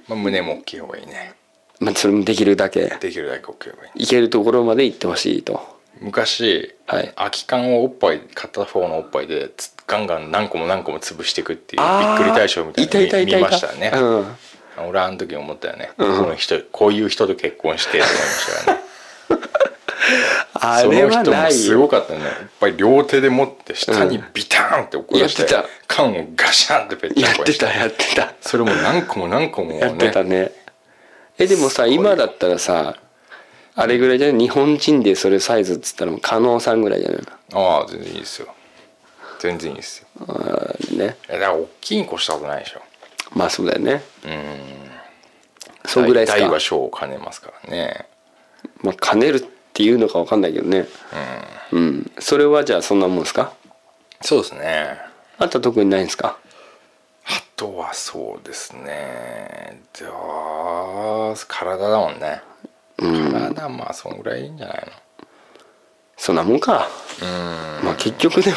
Speaker 4: まあ、胸も大きい方がいいね
Speaker 3: まあ、それもできるだけ
Speaker 4: できるだけ大きい方がいい
Speaker 3: いけるところまで行ってほしいと
Speaker 4: 昔、
Speaker 3: はい
Speaker 4: 空き缶をおっぱい片方のおっぱいでつガンガン何個も何個も潰していくっていうび
Speaker 3: あー
Speaker 4: っくり大賞みたいなの
Speaker 3: いたい
Speaker 4: 見
Speaker 3: たいたい
Speaker 4: 見
Speaker 3: た
Speaker 4: ましたね、
Speaker 3: うん
Speaker 4: 俺あの時思ったよね、この人こういう人と結婚してと思いましたよね
Speaker 3: あれは
Speaker 4: その人
Speaker 3: な
Speaker 4: も
Speaker 3: い
Speaker 4: す
Speaker 3: よ
Speaker 4: ごかったねやっぱり両手で持って下にビターンって怒らして、
Speaker 3: うんやって
Speaker 4: 缶をガシャンってぺっちゃ
Speaker 3: や
Speaker 4: ん
Speaker 3: っ
Speaker 4: こに
Speaker 3: て
Speaker 4: して
Speaker 3: たやってた
Speaker 4: それも何個も何個もね
Speaker 3: やってたねえでもさ今だったらさあれぐらいじゃない日本人でそれサイズっつったらもう加納さんぐらいじゃない
Speaker 4: ああ全然いいですよ全然いいですよ
Speaker 3: あーね
Speaker 4: いやだから大きいに越したことないでしょ
Speaker 3: まあそうだよね
Speaker 4: うん
Speaker 3: そうぐらいです
Speaker 4: 大大は
Speaker 3: か
Speaker 4: 小を兼ねますからね
Speaker 3: まあ兼ねるっていうのかわかんないけどねうん、それはじゃあそんなもんですか
Speaker 4: そうですね
Speaker 3: あとは特にないんですか
Speaker 4: あとはそうですねじゃあ体だもんね、体まあそんぐらいいいんじゃない
Speaker 3: そんなもんか
Speaker 4: のうん
Speaker 3: まあ結局でも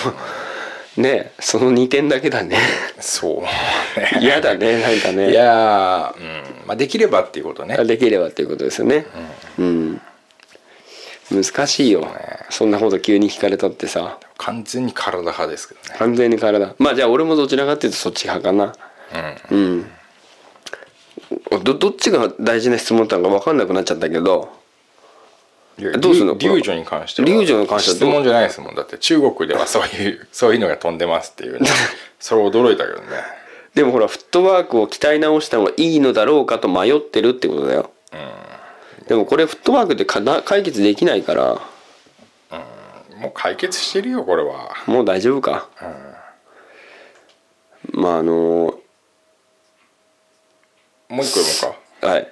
Speaker 3: ねその2点だけだね
Speaker 4: そう
Speaker 3: 嫌だねなんかね
Speaker 4: いやー、うんまあ、できればっていうことね
Speaker 3: できればっていうことですよねうん、難しいよそんなこと急に聞かれたってさ
Speaker 4: 完全に体派ですけどね
Speaker 3: 完全に体まあじゃあ俺もどちらかっていうとそっち派かなうん、どどっちが大事な質問だったのか分かんなくなっちゃったけど
Speaker 4: いや
Speaker 3: どうすんの
Speaker 4: リュリュージョンに関しては
Speaker 3: リュージョンに関しては
Speaker 4: 質
Speaker 3: どう
Speaker 4: 問じゃないですもんだって中国ではそういうそういうのが飛んでますっていうねそれ驚いたけどね
Speaker 3: でもほらフットワークを鍛え直した方がいいのだろうかと迷ってるってことだよ、でもこれフットワークでかな解決できないから
Speaker 4: もう解決してるよこれは
Speaker 3: もう大丈夫か、まああの
Speaker 4: もう一個読もうか
Speaker 3: はい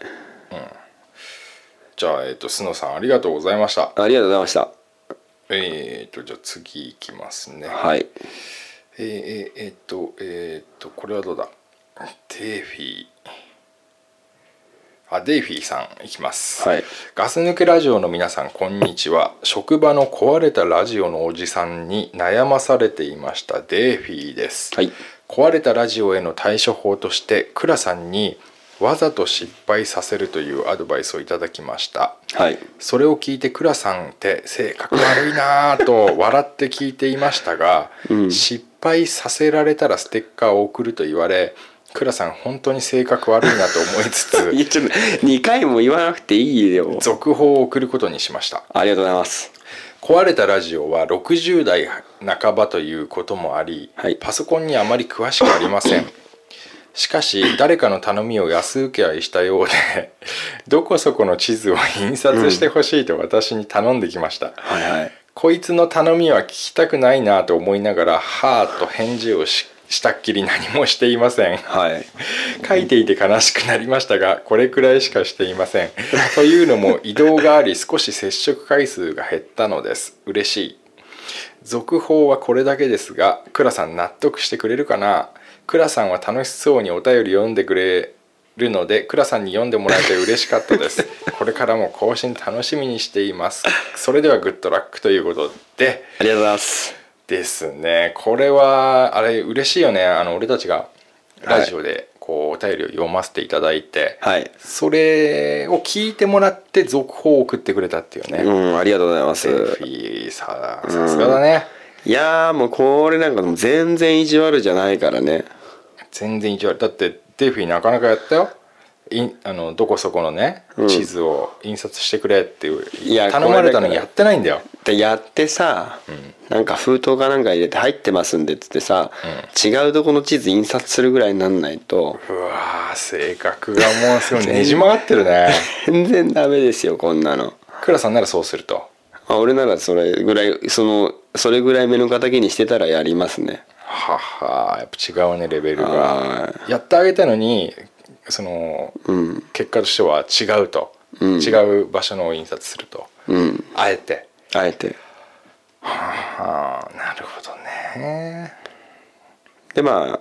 Speaker 4: じゃあ、えっと、須野さんありがとうございました。
Speaker 3: ありがとうございました
Speaker 4: えっと、じゃあ次いきますね。
Speaker 3: はい
Speaker 4: えーえーえーっと、えーっと、これはどうだデイフィー。あ、デイフィーさんいきます。
Speaker 3: はい
Speaker 4: ガス抜けラジオの皆さん、こんにちは。職場の壊れたラジオのおじさんに悩まされていましたデイフィーです。
Speaker 3: はい
Speaker 4: 壊れたラジオへの対処法として、倉さんにわざと失敗させるというアドバイスをいただきました。
Speaker 3: はい
Speaker 4: それを聞いて倉さんって性格悪いなぁと笑って聞いていました が、失敗させられたらステッカーを送ると言われ倉さん本当に性格悪いなと思いつ
Speaker 3: いや
Speaker 4: つ
Speaker 3: ちょっと2回も言わなくていいよ
Speaker 4: 続報を送ることにしました
Speaker 3: ありがとうございます
Speaker 4: 壊れたラジオは60代半ばということもあり、
Speaker 3: はい
Speaker 4: パソコンにあまり詳しくありませ んしかし誰かの頼みを安請け合いしたようでどこそこの地図を印刷してほしいと私に頼んできました、
Speaker 3: はいはい
Speaker 4: こいつの頼みは聞きたくないなと思いながら「はあ」と返事をししたっきり何もしていません
Speaker 3: はい
Speaker 4: 書いていて悲しくなりましたがこれくらいしかしていませんというのも移動があり少し接触回数が減ったのです嬉しい続報はこれだけですが倉さん納得してくれるかな倉さんは楽しそうにお便り読んでくれるので倉さんに読んでもらえて嬉しかったですこれからも更新楽しみにしていますそれではグッドラックということで
Speaker 3: ありがとうございます
Speaker 4: ですねこれはあれ嬉しいよねあの俺たちがラジオでこうお便りを読ませていただいて、
Speaker 3: はい
Speaker 4: それを聞いてもらって続報を送ってくれたっていうね、
Speaker 3: うんありがとうございま
Speaker 4: セー
Speaker 3: す
Speaker 4: フィーささすがだね、
Speaker 3: いやーもうこれなんかでも全然意地悪じゃないからね
Speaker 4: 全然一応だってデフィーなかなかやったよいんあのどこそこのね
Speaker 3: うん
Speaker 4: 地図を印刷してくれっていう、
Speaker 3: いや
Speaker 4: 頼まれた
Speaker 3: これだから
Speaker 4: のにやってないんだよ
Speaker 3: でやってさ、なんか封筒かなんか入れて入ってますんでっつってさ、違うとこの地図印刷するぐらいになんないと
Speaker 4: うわー性格がもうす ごいねじ曲がってるね
Speaker 3: 全然ダメですよこんなの、
Speaker 4: 倉さんならそうすると
Speaker 3: まあ、俺ならそれぐらいそのそれぐらい目の敵にしてたらやりますね
Speaker 4: ははやっぱ違うねレベル
Speaker 3: は
Speaker 4: がやってあげたのにその、
Speaker 3: うん
Speaker 4: 結果としては違うと、
Speaker 3: うん
Speaker 4: 違う場所の印刷すると、
Speaker 3: うん
Speaker 4: あえて
Speaker 3: あえて
Speaker 4: はあなるほどね
Speaker 3: でま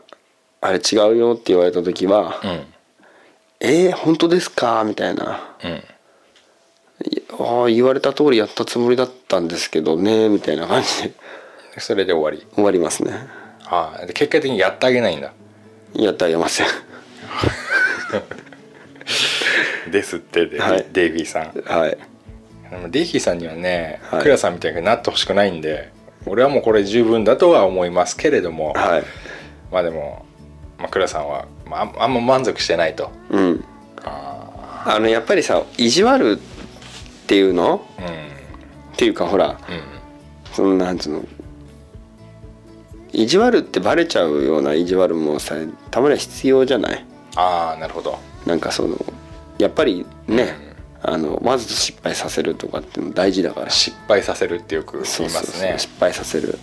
Speaker 3: ああれ違うよって言われた時は「
Speaker 4: うん
Speaker 3: えー、本当ですか?」みたいな
Speaker 4: うん
Speaker 3: い「ああ言われた通りやったつもりだったんですけどね」みたいな感じで
Speaker 4: それで終わり
Speaker 3: 終わりますね
Speaker 4: ああで結果的にやってあげないんだ
Speaker 3: やってあげません
Speaker 4: ですってデ,、
Speaker 3: はい
Speaker 4: デイビーさん
Speaker 3: はい
Speaker 4: あのデイビーさんにはね、
Speaker 3: はい
Speaker 4: クラさんみたいになってほしくないんで俺はもうこれ十分だとは思いますけれども、
Speaker 3: はい
Speaker 4: まあでも、まあ、クラさんは、まああん、あんま満足してないと
Speaker 3: うんあのやっぱりさ意地悪っていうの
Speaker 4: う
Speaker 3: っていうかほら
Speaker 4: んうん
Speaker 3: そのなんつうの意地悪ってバレちゃうような意地悪もさたまには必要じゃない
Speaker 4: ああなるほど
Speaker 3: なんかそのやっぱりね、あのわざと失敗させるとかっていうの大事だから
Speaker 4: 失敗させるってよく言いますね
Speaker 3: 失敗させる、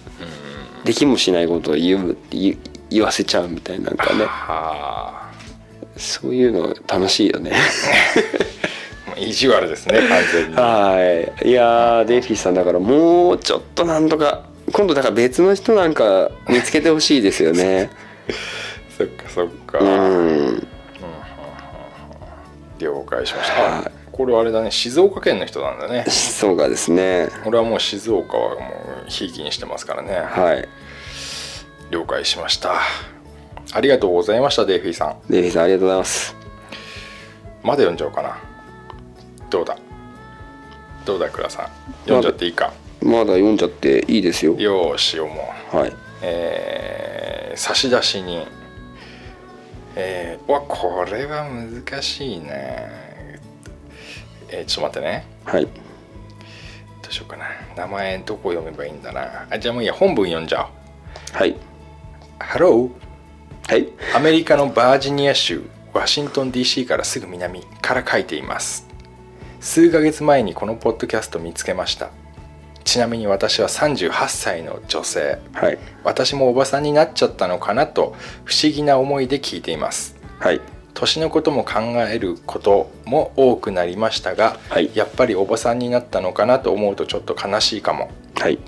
Speaker 3: できもしないことを言うって言言わせちゃうみたいななんかね
Speaker 4: は
Speaker 3: そういうの楽しい よね
Speaker 4: あもう意地悪ですね完全に
Speaker 3: はいいやーデイフィーさんだからもうちょっとなんとか今度だから別の人なんか見つけてほしいですよね
Speaker 4: そっか そっか、
Speaker 3: うん
Speaker 4: 了解しました、
Speaker 3: はい
Speaker 4: これあれだね静岡県の人なんだね
Speaker 3: そうかですね
Speaker 4: 俺はもう静岡はもうひいきにしてますからね、
Speaker 3: はい
Speaker 4: 了解しましたありがとうございましたデイフィーさん
Speaker 3: デイフィーさんありがとうございます
Speaker 4: まだ読んじゃおうかなどうだどうだ倉さん読んじゃっていいか
Speaker 3: まだ読んじゃっていいですよ
Speaker 4: よーしよもう
Speaker 3: はい
Speaker 4: えー差出人、えー、うわこれは難しいねえーちょっと待ってね
Speaker 3: はい
Speaker 4: どうしようかな名前どこ読めばいいんだなあじゃあもういいや本文読んじゃ
Speaker 3: はい
Speaker 4: おうハロ
Speaker 3: はい
Speaker 4: ーアメリカのバージニア州ワシントン DC からすぐ南から書いています数ヶ月前にこのポッドキャスト見つけましたちなみに私は38歳の女性
Speaker 3: はい
Speaker 4: 私もおばさんになっちゃったのかなと不思議な思いで聞いています
Speaker 3: はい
Speaker 4: 年のことも考えることも多くなりましたが、
Speaker 3: はい
Speaker 4: やっぱりおばさんになったのかなと思うとちょっと悲しいかも
Speaker 3: はい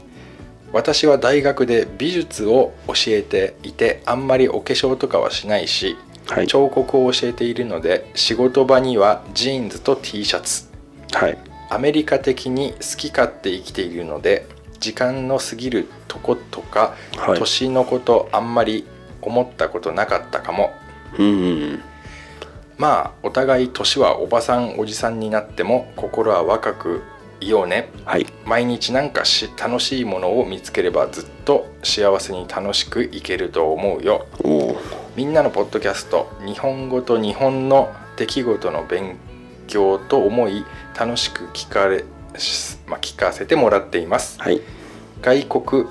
Speaker 4: 私は大学で美術を教えていてあんまりお化粧とかはしないし、
Speaker 3: はい
Speaker 4: 彫刻を教えているので仕事場にはジーンズと T シャツ
Speaker 3: はい
Speaker 4: アメリカ的に好き勝手生きているので時間の過ぎるとことか、
Speaker 3: はい
Speaker 4: 年のことあんまり思ったことなかったかも
Speaker 3: うん
Speaker 4: まあお互い年はおばさんおじさんになっても心は若くいようね
Speaker 3: はい
Speaker 4: 毎日なんかし楽しいものを見つければずっと幸せに楽しくいけると思うよ
Speaker 3: おおー
Speaker 4: みんなのポッドキャスト日本語と日本の出来事の勉強と思い楽しく聞かれ、しまあ、聞かせてもらっています
Speaker 3: はい
Speaker 4: 外国、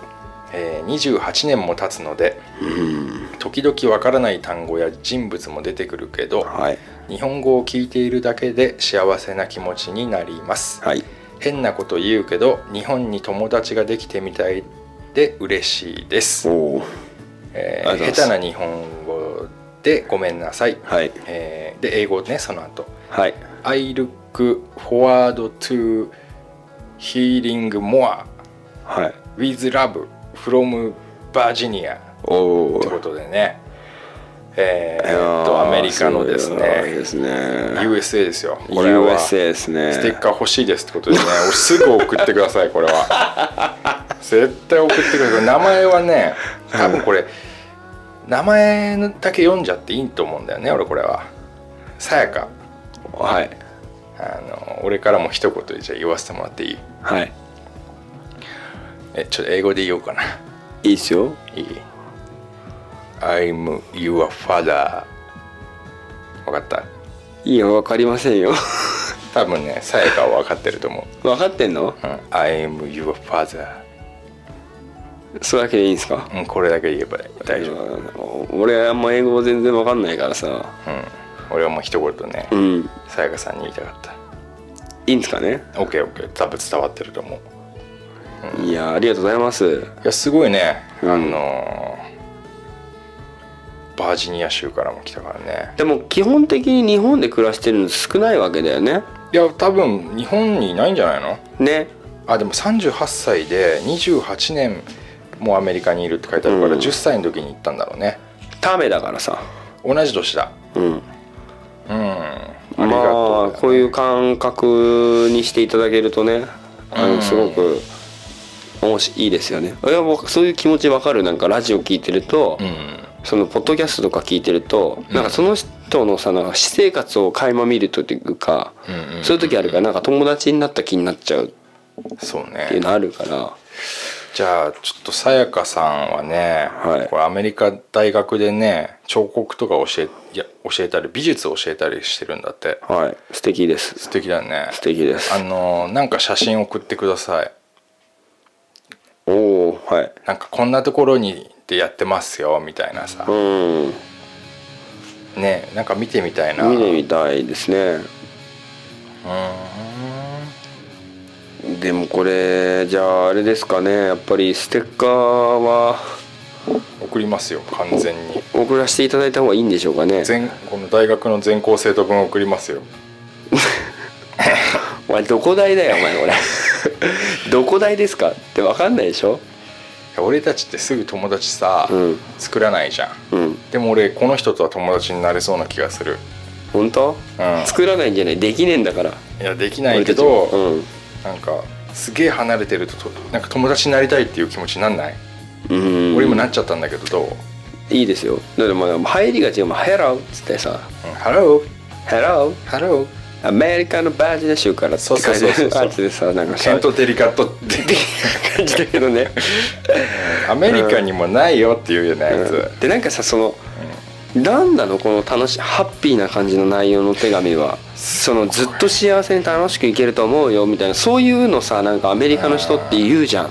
Speaker 4: えー28年も経つので
Speaker 3: うん
Speaker 4: 時々わからない単語や人物も出てくるけど
Speaker 3: はい
Speaker 4: 日本語を聞いているだけで幸せな気持ちになります
Speaker 3: はい
Speaker 4: 変なこと言うけど日本に友達ができてみたいで嬉しいです、
Speaker 3: おお
Speaker 4: え
Speaker 3: ありがと
Speaker 4: ー
Speaker 3: うござ
Speaker 4: 下
Speaker 3: います
Speaker 4: 手な日本語でごめんなさい、
Speaker 3: はい
Speaker 4: えーで英語ねその後
Speaker 3: はい
Speaker 4: I look forward to hearing more
Speaker 3: はい
Speaker 4: with love from Virginia
Speaker 3: おお
Speaker 4: ということでねえ
Speaker 3: いや
Speaker 4: ー、
Speaker 3: ー
Speaker 4: っとアメリカのです
Speaker 3: すごいで
Speaker 4: ね
Speaker 3: すね
Speaker 4: USA ですよこれは
Speaker 3: USA ですね
Speaker 4: ステッカー欲しいですってことでね 俺すぐ送ってくださいこれは 絶対送ってください名前はね多分これ名前だけ読んじゃっていいと思うんだよね俺これはさやか
Speaker 3: はい
Speaker 4: あの俺からも一言じゃあ言わせてもらっていい
Speaker 3: はい
Speaker 4: えちょっと英語で言おうかない
Speaker 3: いっすよ
Speaker 4: いい I'm your father 分かった
Speaker 3: いいよ分かりませ んよ
Speaker 4: 多分ねさやかは分かってると思う、
Speaker 3: 分かってんの
Speaker 4: うん、I'm your father
Speaker 3: それだけでいいんすか
Speaker 4: うんこれだけ言えば大丈夫、うん、
Speaker 3: 夫俺あんま英語全然分かんないからさ
Speaker 4: 俺はもう一言ね
Speaker 3: うん
Speaker 4: さやかさんに言いたかった
Speaker 3: いいんすかね
Speaker 4: OKOK 多分伝わってると思う
Speaker 3: いやありがとうございます
Speaker 4: いやすごいね、
Speaker 3: うん
Speaker 4: あのーバージニア州からも来たからね
Speaker 3: でも基本的に日本で暮らしてるの少ないわけだよね
Speaker 4: いや多分日本にいないんじゃないの
Speaker 3: ね
Speaker 4: あでも38歳で28年もアメリカにいるって書いてあるから、
Speaker 3: うん
Speaker 4: 10歳の時に行ったんだろうね
Speaker 3: タメだからさ
Speaker 4: 同じ年だ
Speaker 3: うん
Speaker 4: うんありがとう、
Speaker 3: まあこういう感覚にしていただけるとねあ
Speaker 4: うん
Speaker 3: のすごく面白いいいですよねいや僕そういう気持ちわかるなんかラジオ聞いてると、
Speaker 4: うん
Speaker 3: そのポッドキャストとか聞いてると、なんかその人のさなんか私生活を垣間見るというか、
Speaker 4: うんうん
Speaker 3: そういう時あるからなんか友達になった気になっちゃうっ
Speaker 4: そう
Speaker 3: ていう
Speaker 4: ね
Speaker 3: のあるから、
Speaker 4: じゃあちょっとさやかさんはね、
Speaker 3: はい
Speaker 4: これアメリカ大学でね彫刻とか教えいや教えたり美術を教えたりしてるんだって
Speaker 3: はい素敵です
Speaker 4: 素敵だね
Speaker 3: 素敵です
Speaker 4: あのなんか写真送ってください
Speaker 3: おおーはい
Speaker 4: なんかこんなところにでやってますよみたいなさ
Speaker 3: うん
Speaker 4: ねなんか見てみたいな
Speaker 3: 見てみたいですねでもこれじゃああれですかねやっぱりステッカーは
Speaker 4: 送りますよ完全に
Speaker 3: 送らせていただいた方がいいんでしょうかね
Speaker 4: 全この大学の全校生徒分送りますよ
Speaker 3: お前どこ大だよお前これ どこ大ですかって分かんないでしょ
Speaker 4: いや俺たちってすぐ友達さ、
Speaker 3: うん
Speaker 4: 作らないじゃん
Speaker 3: うん
Speaker 4: でも俺この人とは友達になれそうな気がする
Speaker 3: 本当、
Speaker 4: うん
Speaker 3: 作らないんじゃないできねえんだから
Speaker 4: いやできないけど、
Speaker 3: 俺たちも
Speaker 4: なんかすげえ離れてるととなんか友達になりたいっていう気持ちになんない、
Speaker 3: うんうん
Speaker 4: 俺今なっちゃったんだけどどう、
Speaker 3: いいですよだからまあ入りが違うもん「Hello」っつってさ
Speaker 4: うん、ハロ
Speaker 3: 「
Speaker 4: ー
Speaker 3: Hello」
Speaker 4: ハロー
Speaker 3: アメリカのバージニア州からって書いてあ
Speaker 4: そうそうそう
Speaker 3: る
Speaker 4: そう
Speaker 3: 感じでさなんか
Speaker 4: ケ
Speaker 3: さ
Speaker 4: ント・デリカットって
Speaker 3: 感じだけどね
Speaker 4: アメリカにもないよって言うよねあいつ、
Speaker 3: でなんかさその何なのこの楽しいハッピーな感じの内容のお手紙はそのずっと幸せに楽しくいけると思うよみたいなそういうのさなんかアメリカの人って言うじゃん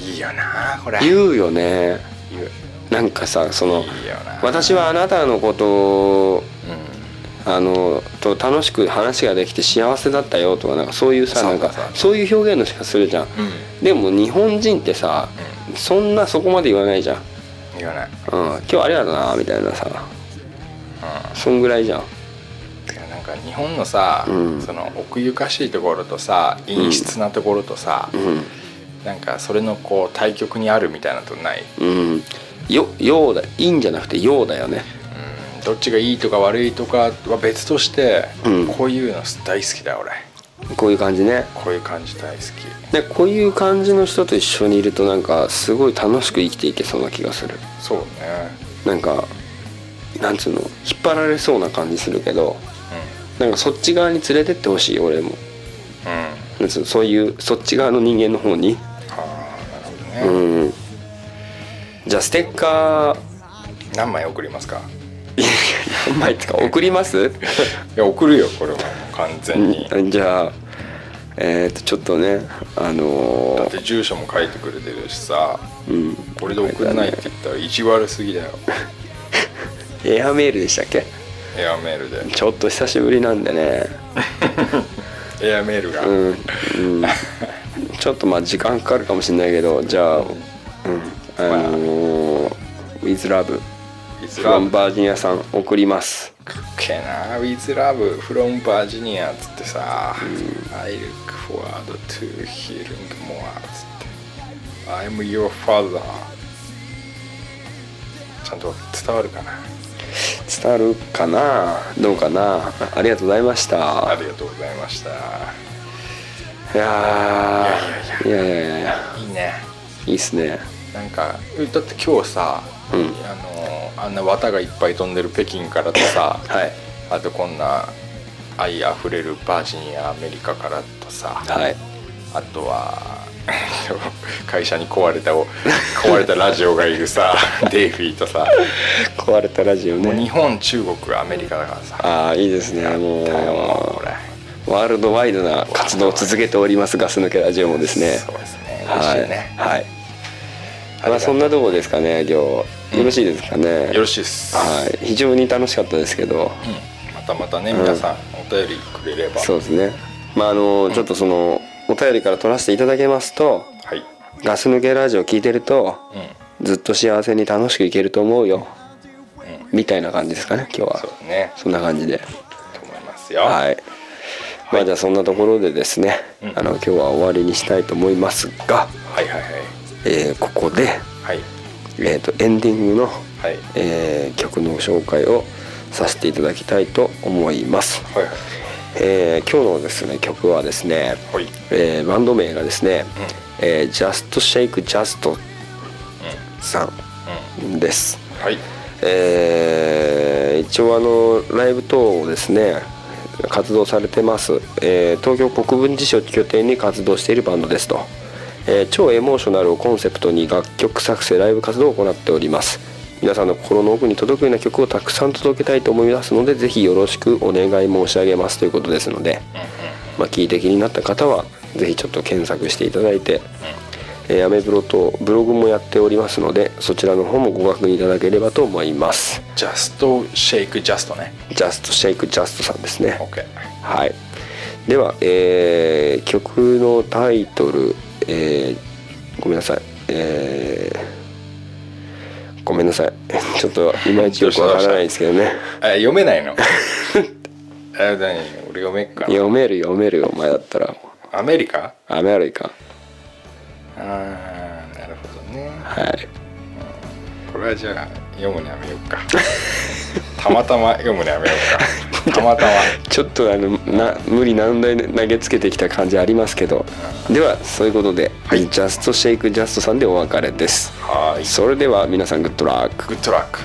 Speaker 4: いいよなこれ言う
Speaker 3: 言うよねなんかさその
Speaker 4: いいよな
Speaker 3: 私はあなたのことを
Speaker 4: うん
Speaker 3: あのと楽しく話ができて幸せだったよとかなんかそういうさ
Speaker 4: そ
Speaker 3: な
Speaker 4: うんか
Speaker 3: か
Speaker 4: そうか
Speaker 3: そういう表現のしかするじゃん
Speaker 4: うん
Speaker 3: でも日本人ってさそんなそこまで言わないじゃん
Speaker 4: 言わない
Speaker 3: うん、今日ありがとうなみたいなさ、そんぐらいじゃん
Speaker 4: てかなんか日本のさ、
Speaker 3: うん
Speaker 4: その奥ゆかしいところとさ陰湿なところとさ、
Speaker 3: うん、
Speaker 4: なんかそれのこう対極にあるみたいなとない、
Speaker 3: うん、よようだいいんじゃなくてようだよね
Speaker 4: うん、どっちがいいとか悪いとかは別として、
Speaker 3: うん
Speaker 4: こういうの大好きだ俺
Speaker 3: こういう感じね
Speaker 4: こういう感じ大好き
Speaker 3: でこういう感じの人と一緒にいるとなんかすごい楽しく生きていけそうな気がする
Speaker 4: そうね
Speaker 3: なんかなんつうの引っ張られそうな感じするけどなんかそっち側に連れてってほしい俺も
Speaker 4: うんうん
Speaker 3: なんつうのそういうそっち側の人間の方に
Speaker 4: ああなるほどね、
Speaker 3: うんじゃあステッカー
Speaker 4: 何枚送りますか
Speaker 3: いやいや何枚つか送ります
Speaker 4: いや送るよこれはもう完全に、
Speaker 3: うんじゃあえっ、とちょっとねあの
Speaker 4: だっ
Speaker 3: ー
Speaker 4: て住所も書いてくれてるしさ
Speaker 3: うん
Speaker 4: これで送らないって言ったら意地悪す ぎだよ
Speaker 3: エアメールでしたっけ
Speaker 4: エアメールで
Speaker 3: ちょっと久しぶりなんでね
Speaker 4: エアメール が、
Speaker 3: うん、うん、ちょっとまあ時間かかるかもしれないけどじゃあ、うん、あのー「WithLove」
Speaker 4: いつ
Speaker 3: フ
Speaker 4: か
Speaker 3: ランバージニアさん送ります
Speaker 4: かっけえな「WithLove from Virginia」っつってさ「I look forward to hearing more」っつって「I'm your father」ちゃんと伝わるかな
Speaker 3: 伝わるかなどうかなありがとうございまし
Speaker 4: あ
Speaker 3: た
Speaker 4: りがとうございました
Speaker 3: いやーいやいやいやいや
Speaker 4: いいね
Speaker 3: いいっすね
Speaker 4: なんかだって今日さ、
Speaker 3: うん
Speaker 4: あのあんな綿がいっぱい飛んでる北京からとさ
Speaker 3: はい
Speaker 4: あとこんな愛あふれるバージニアアメリカからとさ、
Speaker 3: はい
Speaker 4: あとは 会社に壊れたお壊れたラジオがい るさデイフィーとさ
Speaker 3: 壊れたラジオ
Speaker 4: もう日
Speaker 3: ね
Speaker 4: 本中国アメリカだからさ
Speaker 3: ああいいですねも
Speaker 4: だよもう
Speaker 3: う
Speaker 4: これ
Speaker 3: ワールドワイドな活動を続けておりますガス抜けラジオもですね
Speaker 4: そうですね嬉し
Speaker 3: はいい
Speaker 4: ね、
Speaker 3: はい
Speaker 4: りがとう
Speaker 3: まあそんなとこですかね今日よろしいですかね
Speaker 4: よろしいです、
Speaker 3: はい非常に楽しかったですけど
Speaker 4: うんまたまたね皆さんお便りくれれば、
Speaker 3: そうですねまああのちょっとそのお便りから取らせていただけますと
Speaker 4: はい、
Speaker 3: ガス抜けラジオ聞いてると
Speaker 4: うん
Speaker 3: ずっと幸せに楽しくいけると思うよみたいな感じですかね今日は
Speaker 4: そうね
Speaker 3: そんな感じで
Speaker 4: と思いますよ
Speaker 3: はいまあじゃあそんなところでですね
Speaker 4: うん
Speaker 3: あの今日は終わりにしたいと思いますが、
Speaker 4: はいはいはい
Speaker 3: えーここで、
Speaker 4: はい
Speaker 3: えー、とエンディングの、
Speaker 4: はい
Speaker 3: えー曲の紹介をさせていただきたいと思います、
Speaker 4: はい
Speaker 3: えー今日のですね曲はですね、
Speaker 4: はい
Speaker 3: えーバンド名がですね、えー、Just Shake Just さんです、
Speaker 4: はい
Speaker 3: えー一応あのライブ等をですね活動されてます、えー東京国分寺市を拠点に活動しているバンドですと、えー超エモーショナルをコンセプトに楽曲作成ライブ活動を行っております皆さんの心の奥に届くような曲をたくさん届けたいと思いますのでぜひよろしくお願い申し上げますということですので、まあ、聞いて気になった方はぜひちょっと検索していただいて、えーアメブロとブログもやっておりますのでそちらの方もご確認いただければと思います
Speaker 4: ジャストシェイクジャストね
Speaker 3: ジャストシェイクジャストさんですね
Speaker 4: OK
Speaker 3: はいでは、えー曲のタイトル、えーごめんなさい、えーごめんなさい ちょっといまいちよくわからないですけどね
Speaker 4: え読めないのえ何俺読めっかな
Speaker 3: 読める読めるお前だったら
Speaker 4: アメリカ
Speaker 3: アメリカ
Speaker 4: あーなるほどね
Speaker 3: はい
Speaker 4: これはじゃあ読むのやめようかたまたま読むのやめようかたまたま
Speaker 3: ちょっとあのな無理難題投げつけてきた感じありますけどではそういうことで、ジャストシェイクジャストさんでお別れです
Speaker 4: はーい
Speaker 3: それでは皆さんグッドラック
Speaker 4: グッドラック